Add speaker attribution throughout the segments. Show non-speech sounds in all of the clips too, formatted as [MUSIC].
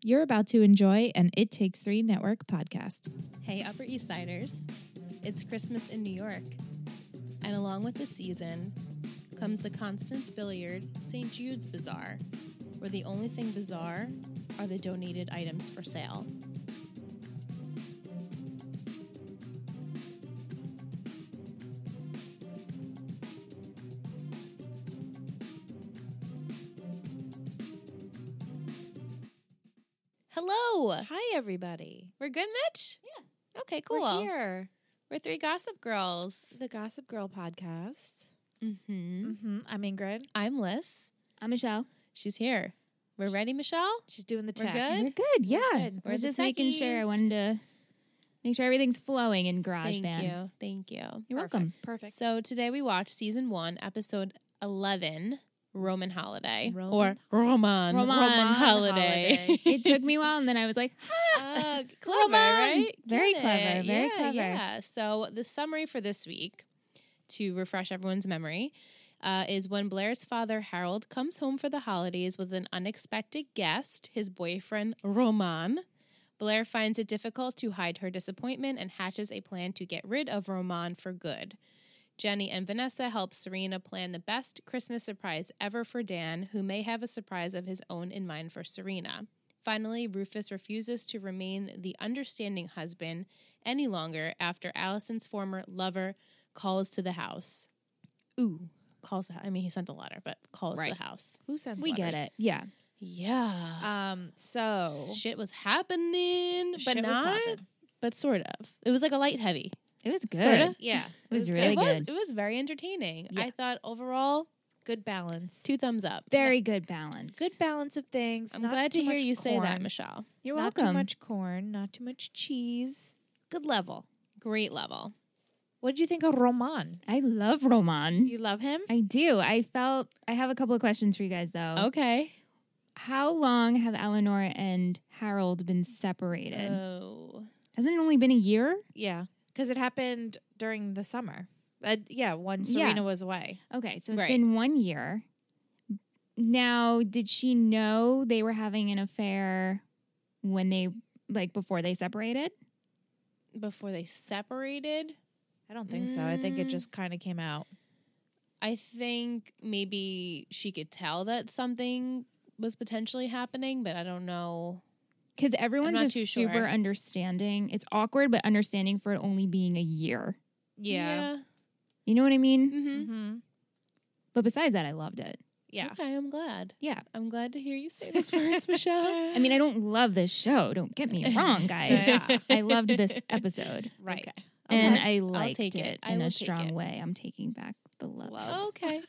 Speaker 1: You're about to enjoy an It Takes Three Network podcast.
Speaker 2: Hey, Upper East Siders. It's Christmas in New York. And along with the season comes the Constance Billiard St. Jude's Bazaar, where the only thing bizarre are the donated items for sale. Hello.
Speaker 1: Hi, everybody.
Speaker 2: We're good, Mitch? Yeah. Okay, cool.
Speaker 1: We're here.
Speaker 2: We're three gossip girls.
Speaker 1: The Gossip Girl podcast.
Speaker 2: Mm-hmm.
Speaker 1: Mm-hmm. I'm Ingrid.
Speaker 2: I'm Liz.
Speaker 3: I'm Michelle.
Speaker 2: She's here. We're ready, Michelle?
Speaker 1: She's doing the
Speaker 2: We're
Speaker 1: check.
Speaker 2: good?
Speaker 3: We're good. Yeah.
Speaker 1: good.
Speaker 3: We're,
Speaker 2: We're the
Speaker 3: just making sure. I
Speaker 2: techies.
Speaker 3: wanted to make sure everything's flowing in
Speaker 2: Thank
Speaker 3: GarageBand.
Speaker 2: you. Thank you.
Speaker 3: You're
Speaker 1: Perfect.
Speaker 3: welcome.
Speaker 1: Perfect.
Speaker 2: So today we watched season one, episode 11, Roman Holiday.
Speaker 1: Roman
Speaker 2: Or Roman.
Speaker 3: Roman
Speaker 2: Holiday.
Speaker 1: Holiday.
Speaker 2: [LAUGHS]
Speaker 3: it took me a while, and then I was like,
Speaker 2: Uh, clever,
Speaker 3: Roman.
Speaker 2: right?
Speaker 3: Very
Speaker 2: Got
Speaker 3: clever,
Speaker 2: it.
Speaker 3: very
Speaker 2: yeah,
Speaker 3: clever.
Speaker 2: Yeah. So the summary for this week, to refresh everyone's memory, uh, is when Blair's father Harold comes home for the holidays with an unexpected guest, his boyfriend Roman. Blair finds it difficult to hide her disappointment and hatches a plan to get rid of Roman for good. Jenny and Vanessa help Serena plan the best Christmas surprise ever for Dan, who may have a surprise of his own in mind for Serena. Finally, Rufus refuses to remain the understanding husband any longer after Allison's former lover calls to the house.
Speaker 1: Ooh.
Speaker 2: Calls, I mean, he sent the letter, but calls
Speaker 3: Right.
Speaker 2: the house.
Speaker 1: Who sends
Speaker 3: "We get
Speaker 1: letters?
Speaker 3: it." Yeah.
Speaker 2: Yeah.
Speaker 1: Um,
Speaker 2: Oh.
Speaker 1: so.
Speaker 2: Shit was happening, but
Speaker 1: Shit was
Speaker 2: not,
Speaker 1: poppin'.
Speaker 2: but sort of. It was like a light heavy.
Speaker 3: It was good.
Speaker 2: Sorta.
Speaker 1: [LAUGHS] Yeah.
Speaker 3: It was
Speaker 1: good.
Speaker 3: really
Speaker 2: it was,
Speaker 3: good.
Speaker 2: it was very entertaining.
Speaker 3: Yeah.
Speaker 2: I thought overall,
Speaker 1: Good balance.
Speaker 2: two thumbs up.
Speaker 3: Very good balance.
Speaker 1: Good balance of things.
Speaker 2: I'm
Speaker 1: Not
Speaker 2: glad to
Speaker 1: too
Speaker 2: hear
Speaker 1: much
Speaker 2: you say that,
Speaker 1: corn.
Speaker 2: Michelle.
Speaker 1: You're
Speaker 3: Not too
Speaker 1: welcome. Not too much
Speaker 3: much
Speaker 1: corn, not too much cheese. Good level.
Speaker 2: Great level.
Speaker 1: What did you think of Roman?
Speaker 3: I love Roman.
Speaker 1: You love him?
Speaker 3: I do. I felt. I have a couple of questions for you guys, though.
Speaker 2: Okay.
Speaker 3: How long have Eleanor and Harold been separated?
Speaker 2: Oh.
Speaker 3: Hasn't it only been a year?
Speaker 1: Yeah, because it happened during the summer. Uh, yeah, when
Speaker 3: Yeah.
Speaker 1: Serena was away.
Speaker 3: Okay, so it's
Speaker 2: Right.
Speaker 3: been one year. Now, did she know they were having an affair when they like before they separated?
Speaker 2: Before they separated,
Speaker 1: I don't think so. I think it
Speaker 2: Mm.
Speaker 1: just kind of came out.
Speaker 2: I think maybe she could tell that something was potentially happening, but I don't know.
Speaker 3: Because everyone's
Speaker 2: not
Speaker 3: just
Speaker 2: too
Speaker 3: super
Speaker 2: sure.
Speaker 3: understanding. It's awkward, but understanding for it only being a year.
Speaker 1: Yeah.
Speaker 3: You know what I mean?
Speaker 2: Mm-hmm.
Speaker 1: hmm
Speaker 3: But besides that, I loved it.
Speaker 1: Yeah.
Speaker 2: Okay, I'm glad.
Speaker 3: Yeah.
Speaker 2: I'm glad to hear you say those [LAUGHS] words, Michelle.
Speaker 1: [LAUGHS]
Speaker 3: I mean, I don't love this show. Don't
Speaker 2: [LAUGHS]
Speaker 3: get me wrong, [LAUGHS] guys.
Speaker 1: Yeah.
Speaker 3: I loved this episode.
Speaker 1: Right.
Speaker 3: And
Speaker 2: Okay.
Speaker 3: I liked
Speaker 2: take
Speaker 3: it,
Speaker 2: it. I
Speaker 3: in
Speaker 2: will
Speaker 3: a
Speaker 2: take
Speaker 3: strong
Speaker 2: it.
Speaker 3: way. I'm taking back the love.
Speaker 1: Love.
Speaker 2: okay.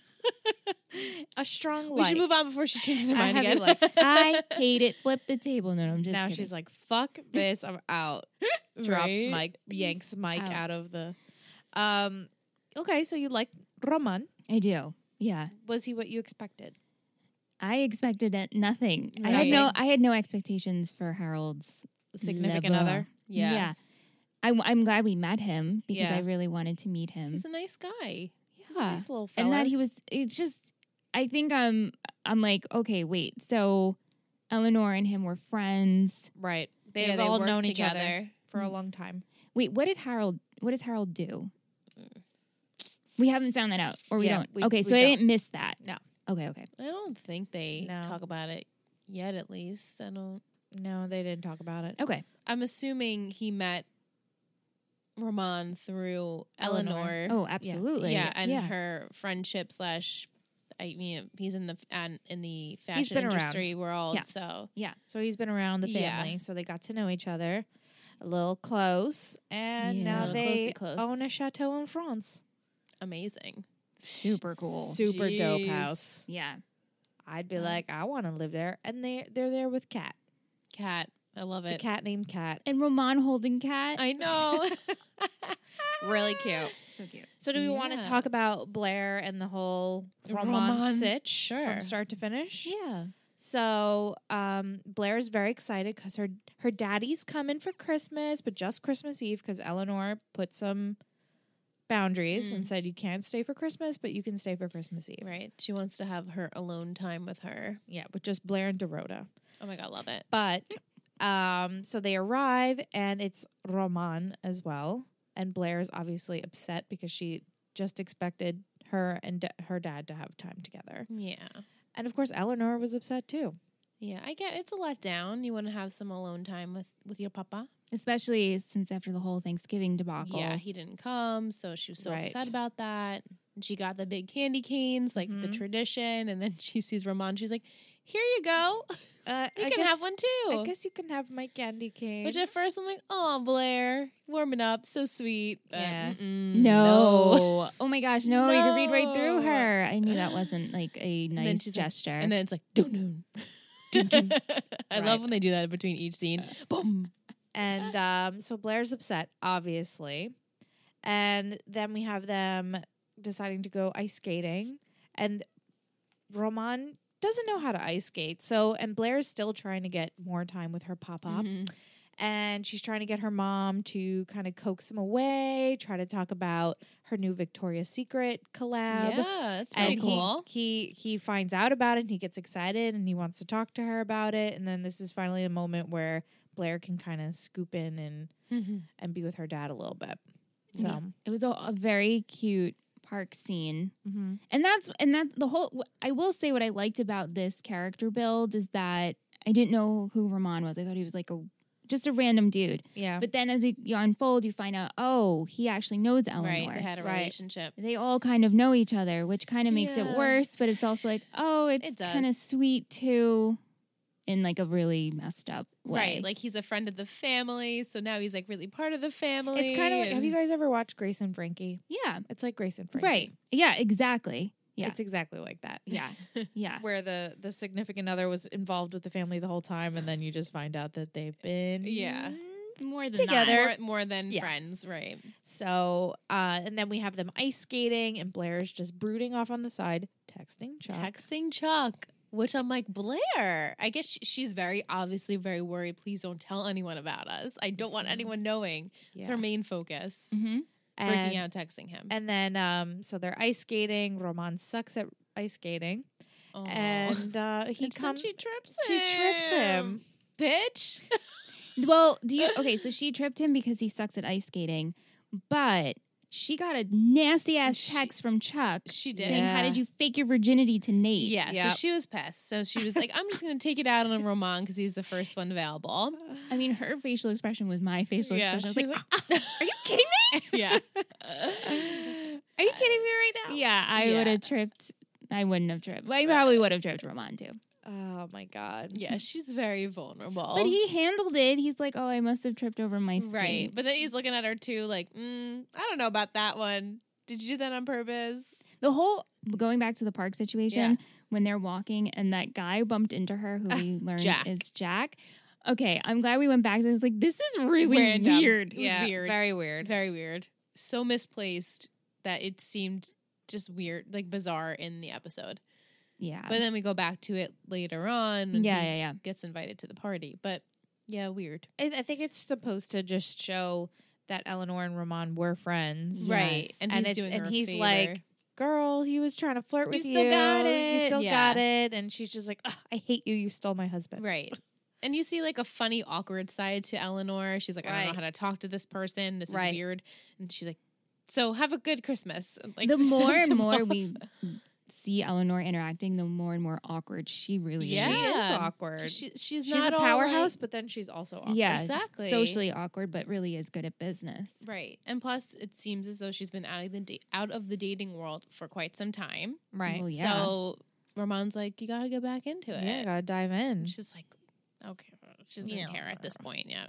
Speaker 1: A strong
Speaker 2: We
Speaker 1: like.
Speaker 2: should move on before she changes her
Speaker 1: A
Speaker 2: mind
Speaker 1: heavy
Speaker 2: again.
Speaker 1: like.
Speaker 2: [LAUGHS]
Speaker 3: I hate it. Flip the table. No, I'm just
Speaker 1: Now
Speaker 3: kidding.
Speaker 1: she's like, "Fuck this! I'm out." Drops
Speaker 2: Right?
Speaker 1: Mike, yanks Mike
Speaker 3: Out.
Speaker 1: out. of the. Um. Okay, so you liked Roman?
Speaker 3: I do. Yeah.
Speaker 1: Was he what you expected?
Speaker 3: I expected it, nothing. I had no I had no expectations for Harold's
Speaker 1: Significant
Speaker 3: Level.
Speaker 1: other.
Speaker 2: Yeah.
Speaker 3: I, am glad we met him because
Speaker 1: Yeah.
Speaker 3: I really wanted to meet him.
Speaker 2: He's a nice guy.
Speaker 1: He's a nice little fella.
Speaker 3: and that he was it's just I think I'm I'm like, okay, wait. So Eleanor and him were friends.
Speaker 1: right. They've
Speaker 2: Yeah,
Speaker 1: all
Speaker 2: work
Speaker 1: known each other
Speaker 2: together.
Speaker 1: for a long time.
Speaker 3: Wait, what did Harold what does Harold do? We haven't found that out or we
Speaker 1: Yeah,
Speaker 3: don't.
Speaker 1: we-
Speaker 3: okay,
Speaker 1: we
Speaker 3: so I didn't miss that.
Speaker 1: No.
Speaker 3: Okay, okay.
Speaker 2: I don't think they
Speaker 1: No.
Speaker 2: talk about it yet, at least. I don't.
Speaker 1: No, they didn't talk about it.
Speaker 3: Okay.
Speaker 2: I'm assuming he met Roman through
Speaker 1: Eleanor.
Speaker 2: Eleanor.
Speaker 3: Oh, absolutely.
Speaker 2: Yeah, and her friendship slash. I mean, he's in the and in the fashion
Speaker 1: been around.
Speaker 2: industry world,
Speaker 3: Yeah.
Speaker 2: so
Speaker 1: So he's been around the
Speaker 2: Yeah.
Speaker 1: family, so they got to know each other a little close, and
Speaker 3: Yeah.
Speaker 1: now
Speaker 3: A
Speaker 2: little
Speaker 1: they
Speaker 2: uh, closey close.
Speaker 1: own a chateau in France.
Speaker 2: amazing.
Speaker 3: super cool.
Speaker 1: super dope
Speaker 2: Jeez.
Speaker 1: house.
Speaker 3: yeah.
Speaker 1: I'd be
Speaker 3: Yeah.
Speaker 1: like, I want to live there, and they they're there with Cat,
Speaker 2: Cat, I love
Speaker 1: the
Speaker 2: it.
Speaker 1: cat named Cat,
Speaker 3: And Roman holding cat.
Speaker 2: I know.
Speaker 1: [LAUGHS] really cute.
Speaker 3: so cute.
Speaker 1: So do we want to
Speaker 2: Yeah.
Speaker 1: talk about Blair and the whole Roman
Speaker 2: Roman,
Speaker 1: sitch
Speaker 2: sure.
Speaker 1: from start to finish?
Speaker 3: Yeah.
Speaker 1: So um, Blair is very excited because her her daddy's coming for Christmas, but just Christmas Eve because Eleanor put some boundaries and said you can't stay for Christmas, but you can stay for Christmas Eve.
Speaker 2: Mm. right, she wants to have her alone time with her.
Speaker 1: Yeah, with just Blair and Dorota.
Speaker 2: Oh my god, love it.
Speaker 1: But Um, so they arrive, and it's Roman as well. And Blair is obviously upset because she just expected her and da- her dad to have time together.
Speaker 2: Yeah.
Speaker 1: And of course, Eleanor was upset too.
Speaker 2: Yeah, I get it's a letdown. You want to have some alone time with with your papa.
Speaker 3: Especially since after the whole Thanksgiving debacle.
Speaker 2: Yeah, he didn't come, so she was so
Speaker 1: Right.
Speaker 2: upset about that. And she got the big candy canes, like the
Speaker 1: Mhm.
Speaker 2: tradition, and then [LAUGHS] she sees Ramon. She's like, "Here you go. [LAUGHS]
Speaker 1: Uh,
Speaker 2: You
Speaker 1: I
Speaker 2: can
Speaker 1: guess-
Speaker 2: have one too."
Speaker 1: I guess you can have my candy cane.
Speaker 2: Which at first I'm like, "Oh, Blair, warming up, so sweet." But
Speaker 1: Yeah.
Speaker 2: mm-mm,
Speaker 3: No.
Speaker 1: [LAUGHS]
Speaker 2: no.
Speaker 3: [LAUGHS] Oh my gosh, no, you could read right
Speaker 2: No.
Speaker 3: through her. I knew that wasn't like a
Speaker 2: then
Speaker 3: nice
Speaker 2: she's like-
Speaker 3: gesture.
Speaker 2: And then it's like, "Dun
Speaker 1: [LAUGHS]
Speaker 3: Dun,
Speaker 2: dun."
Speaker 3: dun.
Speaker 2: [LAUGHS] I
Speaker 1: Right. Uh,
Speaker 2: love when they do that between each scene. Boom.
Speaker 1: And um, so Blair's upset, obviously. And then we have them deciding to go ice skating. And Roman doesn't know how to ice skate. So, and Blair's still trying to get more time with her pop up.
Speaker 2: Mhm.
Speaker 1: And she's trying to get her mom to kind of coax him away, try to talk about her new Victoria's Secret collab.
Speaker 2: Yeah, that's pretty
Speaker 1: And he-
Speaker 2: cool.
Speaker 1: He, he finds out about it and he gets excited and he wants to talk to her about it. And then this is finally a moment where Blair can kind of scoop in and
Speaker 2: Mhm.
Speaker 1: and be with her dad a little bit. So,
Speaker 3: Mm-hmm. Yeah. it was a, a very cute park scene.
Speaker 1: mhm.
Speaker 3: And that's and that the whole I will say what I liked about this character build is that I didn't know who Ramon was. I thought he was like a just a random dude.
Speaker 1: yeah,
Speaker 3: But then as you, you unfold, you find out, oh, he actually knows Eleanor.
Speaker 2: Right, they had a
Speaker 1: Right.
Speaker 2: relationship.
Speaker 3: they all kind of know each other, which kind of makes
Speaker 2: Yeah.
Speaker 3: it worse, but it's also like, oh,
Speaker 2: It
Speaker 3: it's
Speaker 2: does.
Speaker 3: kind of sweet too, in like a really messed up way.
Speaker 2: Right, like he's a friend of the family, so now he's like really part of the family.
Speaker 1: it's kind of like. Have you
Speaker 2: and-
Speaker 1: guys ever watched Grace and Frankie?
Speaker 3: yeah,
Speaker 1: It's like Grace and Frankie,
Speaker 3: right. Yeah, exactly. Yeah.
Speaker 1: It's exactly like that.
Speaker 2: [LAUGHS]
Speaker 3: yeah, yeah.
Speaker 1: Where the the significant other was involved with the family the whole time, and then you just find out that they've been
Speaker 2: Yeah.
Speaker 3: More than
Speaker 1: Together.
Speaker 3: That.
Speaker 2: more, more than
Speaker 1: Yeah.
Speaker 2: friends, right?
Speaker 1: So, uh, and then we have them ice skating, and Blair's just brooding off on the side, texting Chuck.
Speaker 2: Texting Chuck, which I'm like Blair. I guess she, she's very obviously very worried. Please don't tell anyone about us. I don't want
Speaker 1: Mhm.
Speaker 2: anyone knowing.
Speaker 1: yeah.
Speaker 2: It's her main focus.
Speaker 3: hmm
Speaker 1: and,
Speaker 2: Freaking out, texting him.
Speaker 1: And then, um, so they're ice skating. Roman sucks at ice skating,
Speaker 2: Aw. [LAUGHS]
Speaker 1: and uh, he
Speaker 2: And then
Speaker 1: comes.
Speaker 2: She trips him.
Speaker 1: she trips him.
Speaker 2: Bitch.
Speaker 3: Well, do you? Okay, so she tripped him because he sucks at ice skating, but she got a nasty ass
Speaker 2: She-
Speaker 3: text from Chuck
Speaker 2: She did.
Speaker 3: saying, "How
Speaker 1: Yeah.
Speaker 3: did you fake your virginity to Nate?"
Speaker 2: Yeah,
Speaker 1: Yep.
Speaker 2: so she was pissed. So she was like, "I'm just gonna take it out on Roman because he's the first one available."
Speaker 1: [LAUGHS]
Speaker 2: [LAUGHS]
Speaker 3: I mean, her facial expression was my facial
Speaker 1: Yeah, "Ah,
Speaker 3: expression. I was
Speaker 1: she
Speaker 3: like,
Speaker 1: was
Speaker 3: "Are you kidding
Speaker 1: [LAUGHS]
Speaker 2: Yeah,
Speaker 1: Are you kidding me right now?
Speaker 3: me?" Yeah, I
Speaker 2: Oh, Yeah.
Speaker 3: would have tripped. I wouldn't have tripped. I probably would have tripped Roman too.
Speaker 1: Oh my god. [LAUGHS]
Speaker 2: yeah, she's very vulnerable.
Speaker 3: But he handled it. He's like, oh, I must have tripped over my skin.
Speaker 2: Right. But then he's looking at her too, like, mm, I don't know about that one. Did you do that on purpose?
Speaker 3: The whole going back to the park situation when they're walking and that guy bumped into her, who we learned
Speaker 2: Ah, Jack.
Speaker 3: is Jack. Okay, I'm glad we went back. to this. I was like, this is really
Speaker 2: Random.
Speaker 3: weird.
Speaker 2: was
Speaker 1: Yeah,
Speaker 2: weird.
Speaker 1: Very weird.
Speaker 2: Very weird. So misplaced that it seemed just weird, like bizarre in the episode.
Speaker 3: Yeah.
Speaker 2: But mm-hmm. then we go back to it later on. when
Speaker 3: yeah,
Speaker 2: he
Speaker 3: yeah, yeah.
Speaker 2: Gets invited to the party. But yeah, weird.
Speaker 1: I, I think it's supposed to just show that Eleanor and Ramon were friends.
Speaker 3: Yes.
Speaker 2: Right. And,
Speaker 1: And
Speaker 2: he's
Speaker 1: it's-
Speaker 2: doing
Speaker 1: and
Speaker 2: her a
Speaker 1: he's
Speaker 2: favor.
Speaker 1: like, Girl, he was trying to flirt
Speaker 3: You
Speaker 1: with you.
Speaker 3: still got
Speaker 1: You
Speaker 3: it."
Speaker 1: still
Speaker 2: Yeah.
Speaker 1: got it. And she's just like, Ugh, I hate you. You stole my husband.
Speaker 3: [LAUGHS]
Speaker 2: Right. And you see like a funny, awkward side to Eleanor. She's like, I don't
Speaker 1: Right.
Speaker 2: know how to talk to this person. This
Speaker 1: Right.
Speaker 2: is weird. And she's like, so have a good Christmas. And, Like [LAUGHS]
Speaker 3: the more
Speaker 2: sends
Speaker 3: and
Speaker 2: him
Speaker 3: more
Speaker 2: off.
Speaker 3: we see Eleanor interacting, the more and more awkward she really
Speaker 1: She
Speaker 2: Yeah.
Speaker 3: is.
Speaker 1: is awkward.
Speaker 2: She, she's,
Speaker 1: she's
Speaker 2: not
Speaker 1: a
Speaker 2: all,
Speaker 1: powerhouse,
Speaker 2: like-
Speaker 1: but then she's also awkward.
Speaker 3: Yeah,
Speaker 2: Exactly.
Speaker 3: Socially awkward, but really is good at business.
Speaker 2: right, and plus, it seems as though she's been out of the da- out of the dating world for quite some time.
Speaker 1: Right.
Speaker 3: Well, yeah.
Speaker 2: So Ramon's like, you got to get back into it.
Speaker 1: Yeah, gotta dive in.
Speaker 2: And she's like, okay, she doesn't
Speaker 1: Yeah.
Speaker 2: care at this point. Yeah.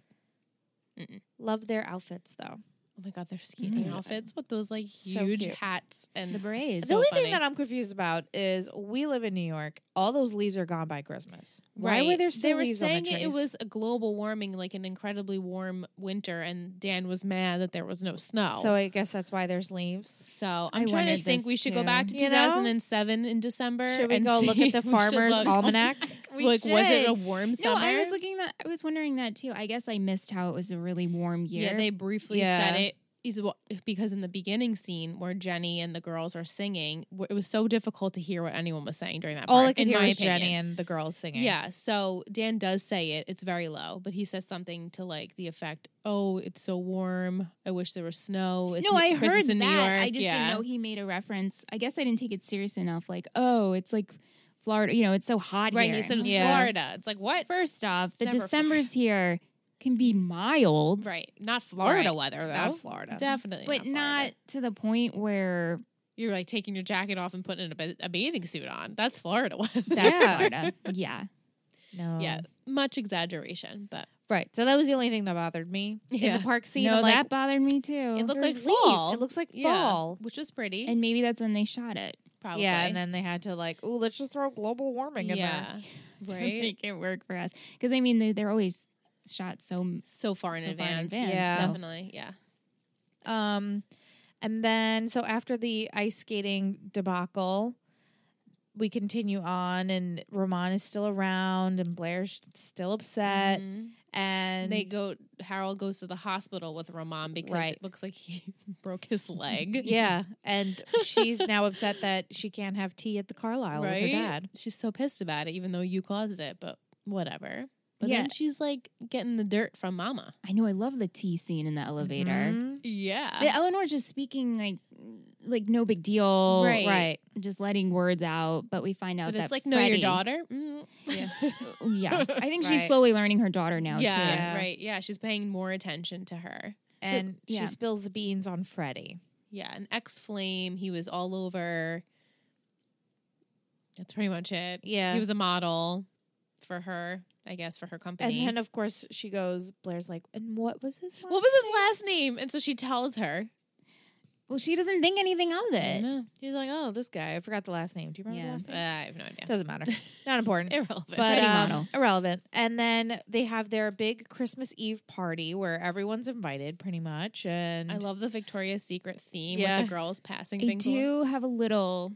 Speaker 1: Love their outfits though.
Speaker 2: Oh my god, their skiing
Speaker 3: Mm.
Speaker 2: outfits with those like
Speaker 1: So
Speaker 2: huge
Speaker 1: cute.
Speaker 2: hats and
Speaker 3: The berets.
Speaker 1: The
Speaker 2: So
Speaker 1: only
Speaker 2: funny.
Speaker 1: thing that I'm confused about is we live in New York. All those leaves are gone by Christmas. Why were there still
Speaker 2: They were
Speaker 1: leaves
Speaker 2: saying
Speaker 1: on the trees?
Speaker 2: it was a global warming, like an incredibly warm winter, and Dan was mad that there was no snow.
Speaker 1: So I guess that's why there's leaves.
Speaker 2: So I'm
Speaker 3: I
Speaker 2: trying to
Speaker 3: wanted
Speaker 2: think
Speaker 3: this
Speaker 2: we should go back to
Speaker 1: too. You know?
Speaker 2: 2007 in December.
Speaker 1: Should we
Speaker 2: and
Speaker 1: go look
Speaker 2: see-
Speaker 1: at the
Speaker 2: [LAUGHS] we should
Speaker 1: farmer's
Speaker 2: look- [LAUGHS]
Speaker 1: almanac?
Speaker 3: We
Speaker 2: like, was it
Speaker 3: should.
Speaker 2: a warm
Speaker 3: No,
Speaker 2: summer?
Speaker 3: I was looking that. I was wondering that too. I guess I missed how it was a really warm year.
Speaker 2: Yeah, they briefly
Speaker 1: Yeah.
Speaker 2: said it is what because in the beginning scene where Jenny and the girls are singing, w- it was so difficult to hear what anyone was saying during that.
Speaker 1: All
Speaker 2: part,
Speaker 1: I could
Speaker 2: in
Speaker 1: hear
Speaker 2: my
Speaker 1: was
Speaker 2: opinion.
Speaker 1: Jenny and the girls singing.
Speaker 2: Yeah, so Dan does say it. It's very low, but he says something to like the effect, "Oh, it's so warm. I wish there was snow." It's
Speaker 3: no,
Speaker 2: New-
Speaker 3: I
Speaker 2: Christmas
Speaker 3: heard
Speaker 2: in
Speaker 3: that.
Speaker 2: New York.
Speaker 3: I just
Speaker 2: yeah.
Speaker 3: didn't know he made a reference. I guess I didn't take it serious enough. Like, oh, it's like Florida. You know, it's so hot
Speaker 2: Right,
Speaker 3: here.
Speaker 2: he said it was
Speaker 1: Yeah.
Speaker 2: Florida. It's like what?
Speaker 3: First off, the
Speaker 2: never
Speaker 3: December's here can be mild,
Speaker 2: Right, not Florida
Speaker 1: Right.
Speaker 2: weather though.
Speaker 1: Not Florida.
Speaker 2: Definitely,
Speaker 3: but
Speaker 2: Florida.
Speaker 3: not to the point where
Speaker 2: [LAUGHS] You're like taking your jacket off and putting a, ba- a bathing suit on. That's Florida [LAUGHS] weather.
Speaker 3: that's
Speaker 1: Yeah.
Speaker 3: Florida.
Speaker 2: [LAUGHS]
Speaker 3: Yeah.
Speaker 1: No.
Speaker 2: yeah, much exaggeration, but
Speaker 1: Right. So that was the only thing that bothered me in
Speaker 2: Yeah.
Speaker 1: the park scene.
Speaker 3: no,
Speaker 1: I'm like,
Speaker 3: that bothered me too.
Speaker 2: it looked
Speaker 1: there's
Speaker 2: like
Speaker 1: leaves.
Speaker 2: fall.
Speaker 1: It looks like
Speaker 2: Yeah,
Speaker 1: fall.
Speaker 2: which was pretty.
Speaker 3: and maybe that's when they shot it.
Speaker 2: probably.
Speaker 1: Yeah, and then they had to like, ooh, let's just throw global warming in there.
Speaker 2: yeah,
Speaker 3: [LAUGHS] to
Speaker 2: right.
Speaker 3: make it work for us. Because I mean, they, they're always shot so. m-
Speaker 2: So far in
Speaker 3: So far in
Speaker 2: advance.
Speaker 3: advance,
Speaker 1: Yeah. so-
Speaker 2: definitely. Yeah.
Speaker 1: Um, and then so after the ice skating debacle, we continue on, and Ramon is still around, and Blair's still upset,
Speaker 2: Mhm.
Speaker 1: and
Speaker 2: they go. Harold goes to the hospital with Ramon because
Speaker 1: Right.
Speaker 2: it looks like he [LAUGHS] broke his leg.
Speaker 1: [LAUGHS] yeah, and she's now upset that she can't have tea at the Carlisle with
Speaker 2: Right?
Speaker 1: her dad.
Speaker 2: She's so pissed about it, even though you caused it. But whatever. But
Speaker 3: Yeah.
Speaker 2: then she's like getting the dirt from Mama.
Speaker 3: I know. I love the tea scene in the elevator.
Speaker 2: Mm-hmm.
Speaker 1: Mhm.
Speaker 2: Yeah.
Speaker 3: The Eleanor's just speaking like, like no big deal,
Speaker 2: Right.
Speaker 1: Right.
Speaker 3: Just letting words out. But we find out
Speaker 2: but
Speaker 3: that
Speaker 2: it's like no, your
Speaker 3: Freddie-
Speaker 2: daughter. Mm. Yeah.
Speaker 3: [LAUGHS] Yeah, I think she's
Speaker 1: Right.
Speaker 3: slowly learning her daughter now.
Speaker 2: yeah,
Speaker 1: Yeah.
Speaker 2: Right. Yeah. She's paying more attention to her.
Speaker 1: And
Speaker 3: yeah.
Speaker 1: she spills the beans on Freddie.
Speaker 2: Yeah. An ex flame. He was all over. That's pretty much it.
Speaker 1: Yeah.
Speaker 2: He was a model for her, I guess, for her
Speaker 1: and
Speaker 2: company.
Speaker 1: then of course she goes, Blair's like, and what was his last
Speaker 2: what was his
Speaker 1: name?"
Speaker 2: last name? And so she tells her.
Speaker 3: Well, she doesn't think anything of it.
Speaker 2: No.
Speaker 1: He's like, oh, this guy. I forgot the last name. Do you remember
Speaker 3: Yeah.
Speaker 1: the last
Speaker 2: Uh,
Speaker 1: name?
Speaker 2: I have no idea.
Speaker 1: Doesn't
Speaker 2: [LAUGHS]
Speaker 1: matter. Not important.
Speaker 2: Irrelevant.
Speaker 1: but
Speaker 3: Freddie
Speaker 1: um,
Speaker 3: model.
Speaker 1: irrelevant. And then they have their big Christmas Eve party where everyone's invited, pretty much. And
Speaker 2: I love the Victoria's Secret theme
Speaker 1: Yeah. Mm-hmm.
Speaker 2: with the girls passing
Speaker 3: I
Speaker 2: things. along.
Speaker 3: do have a little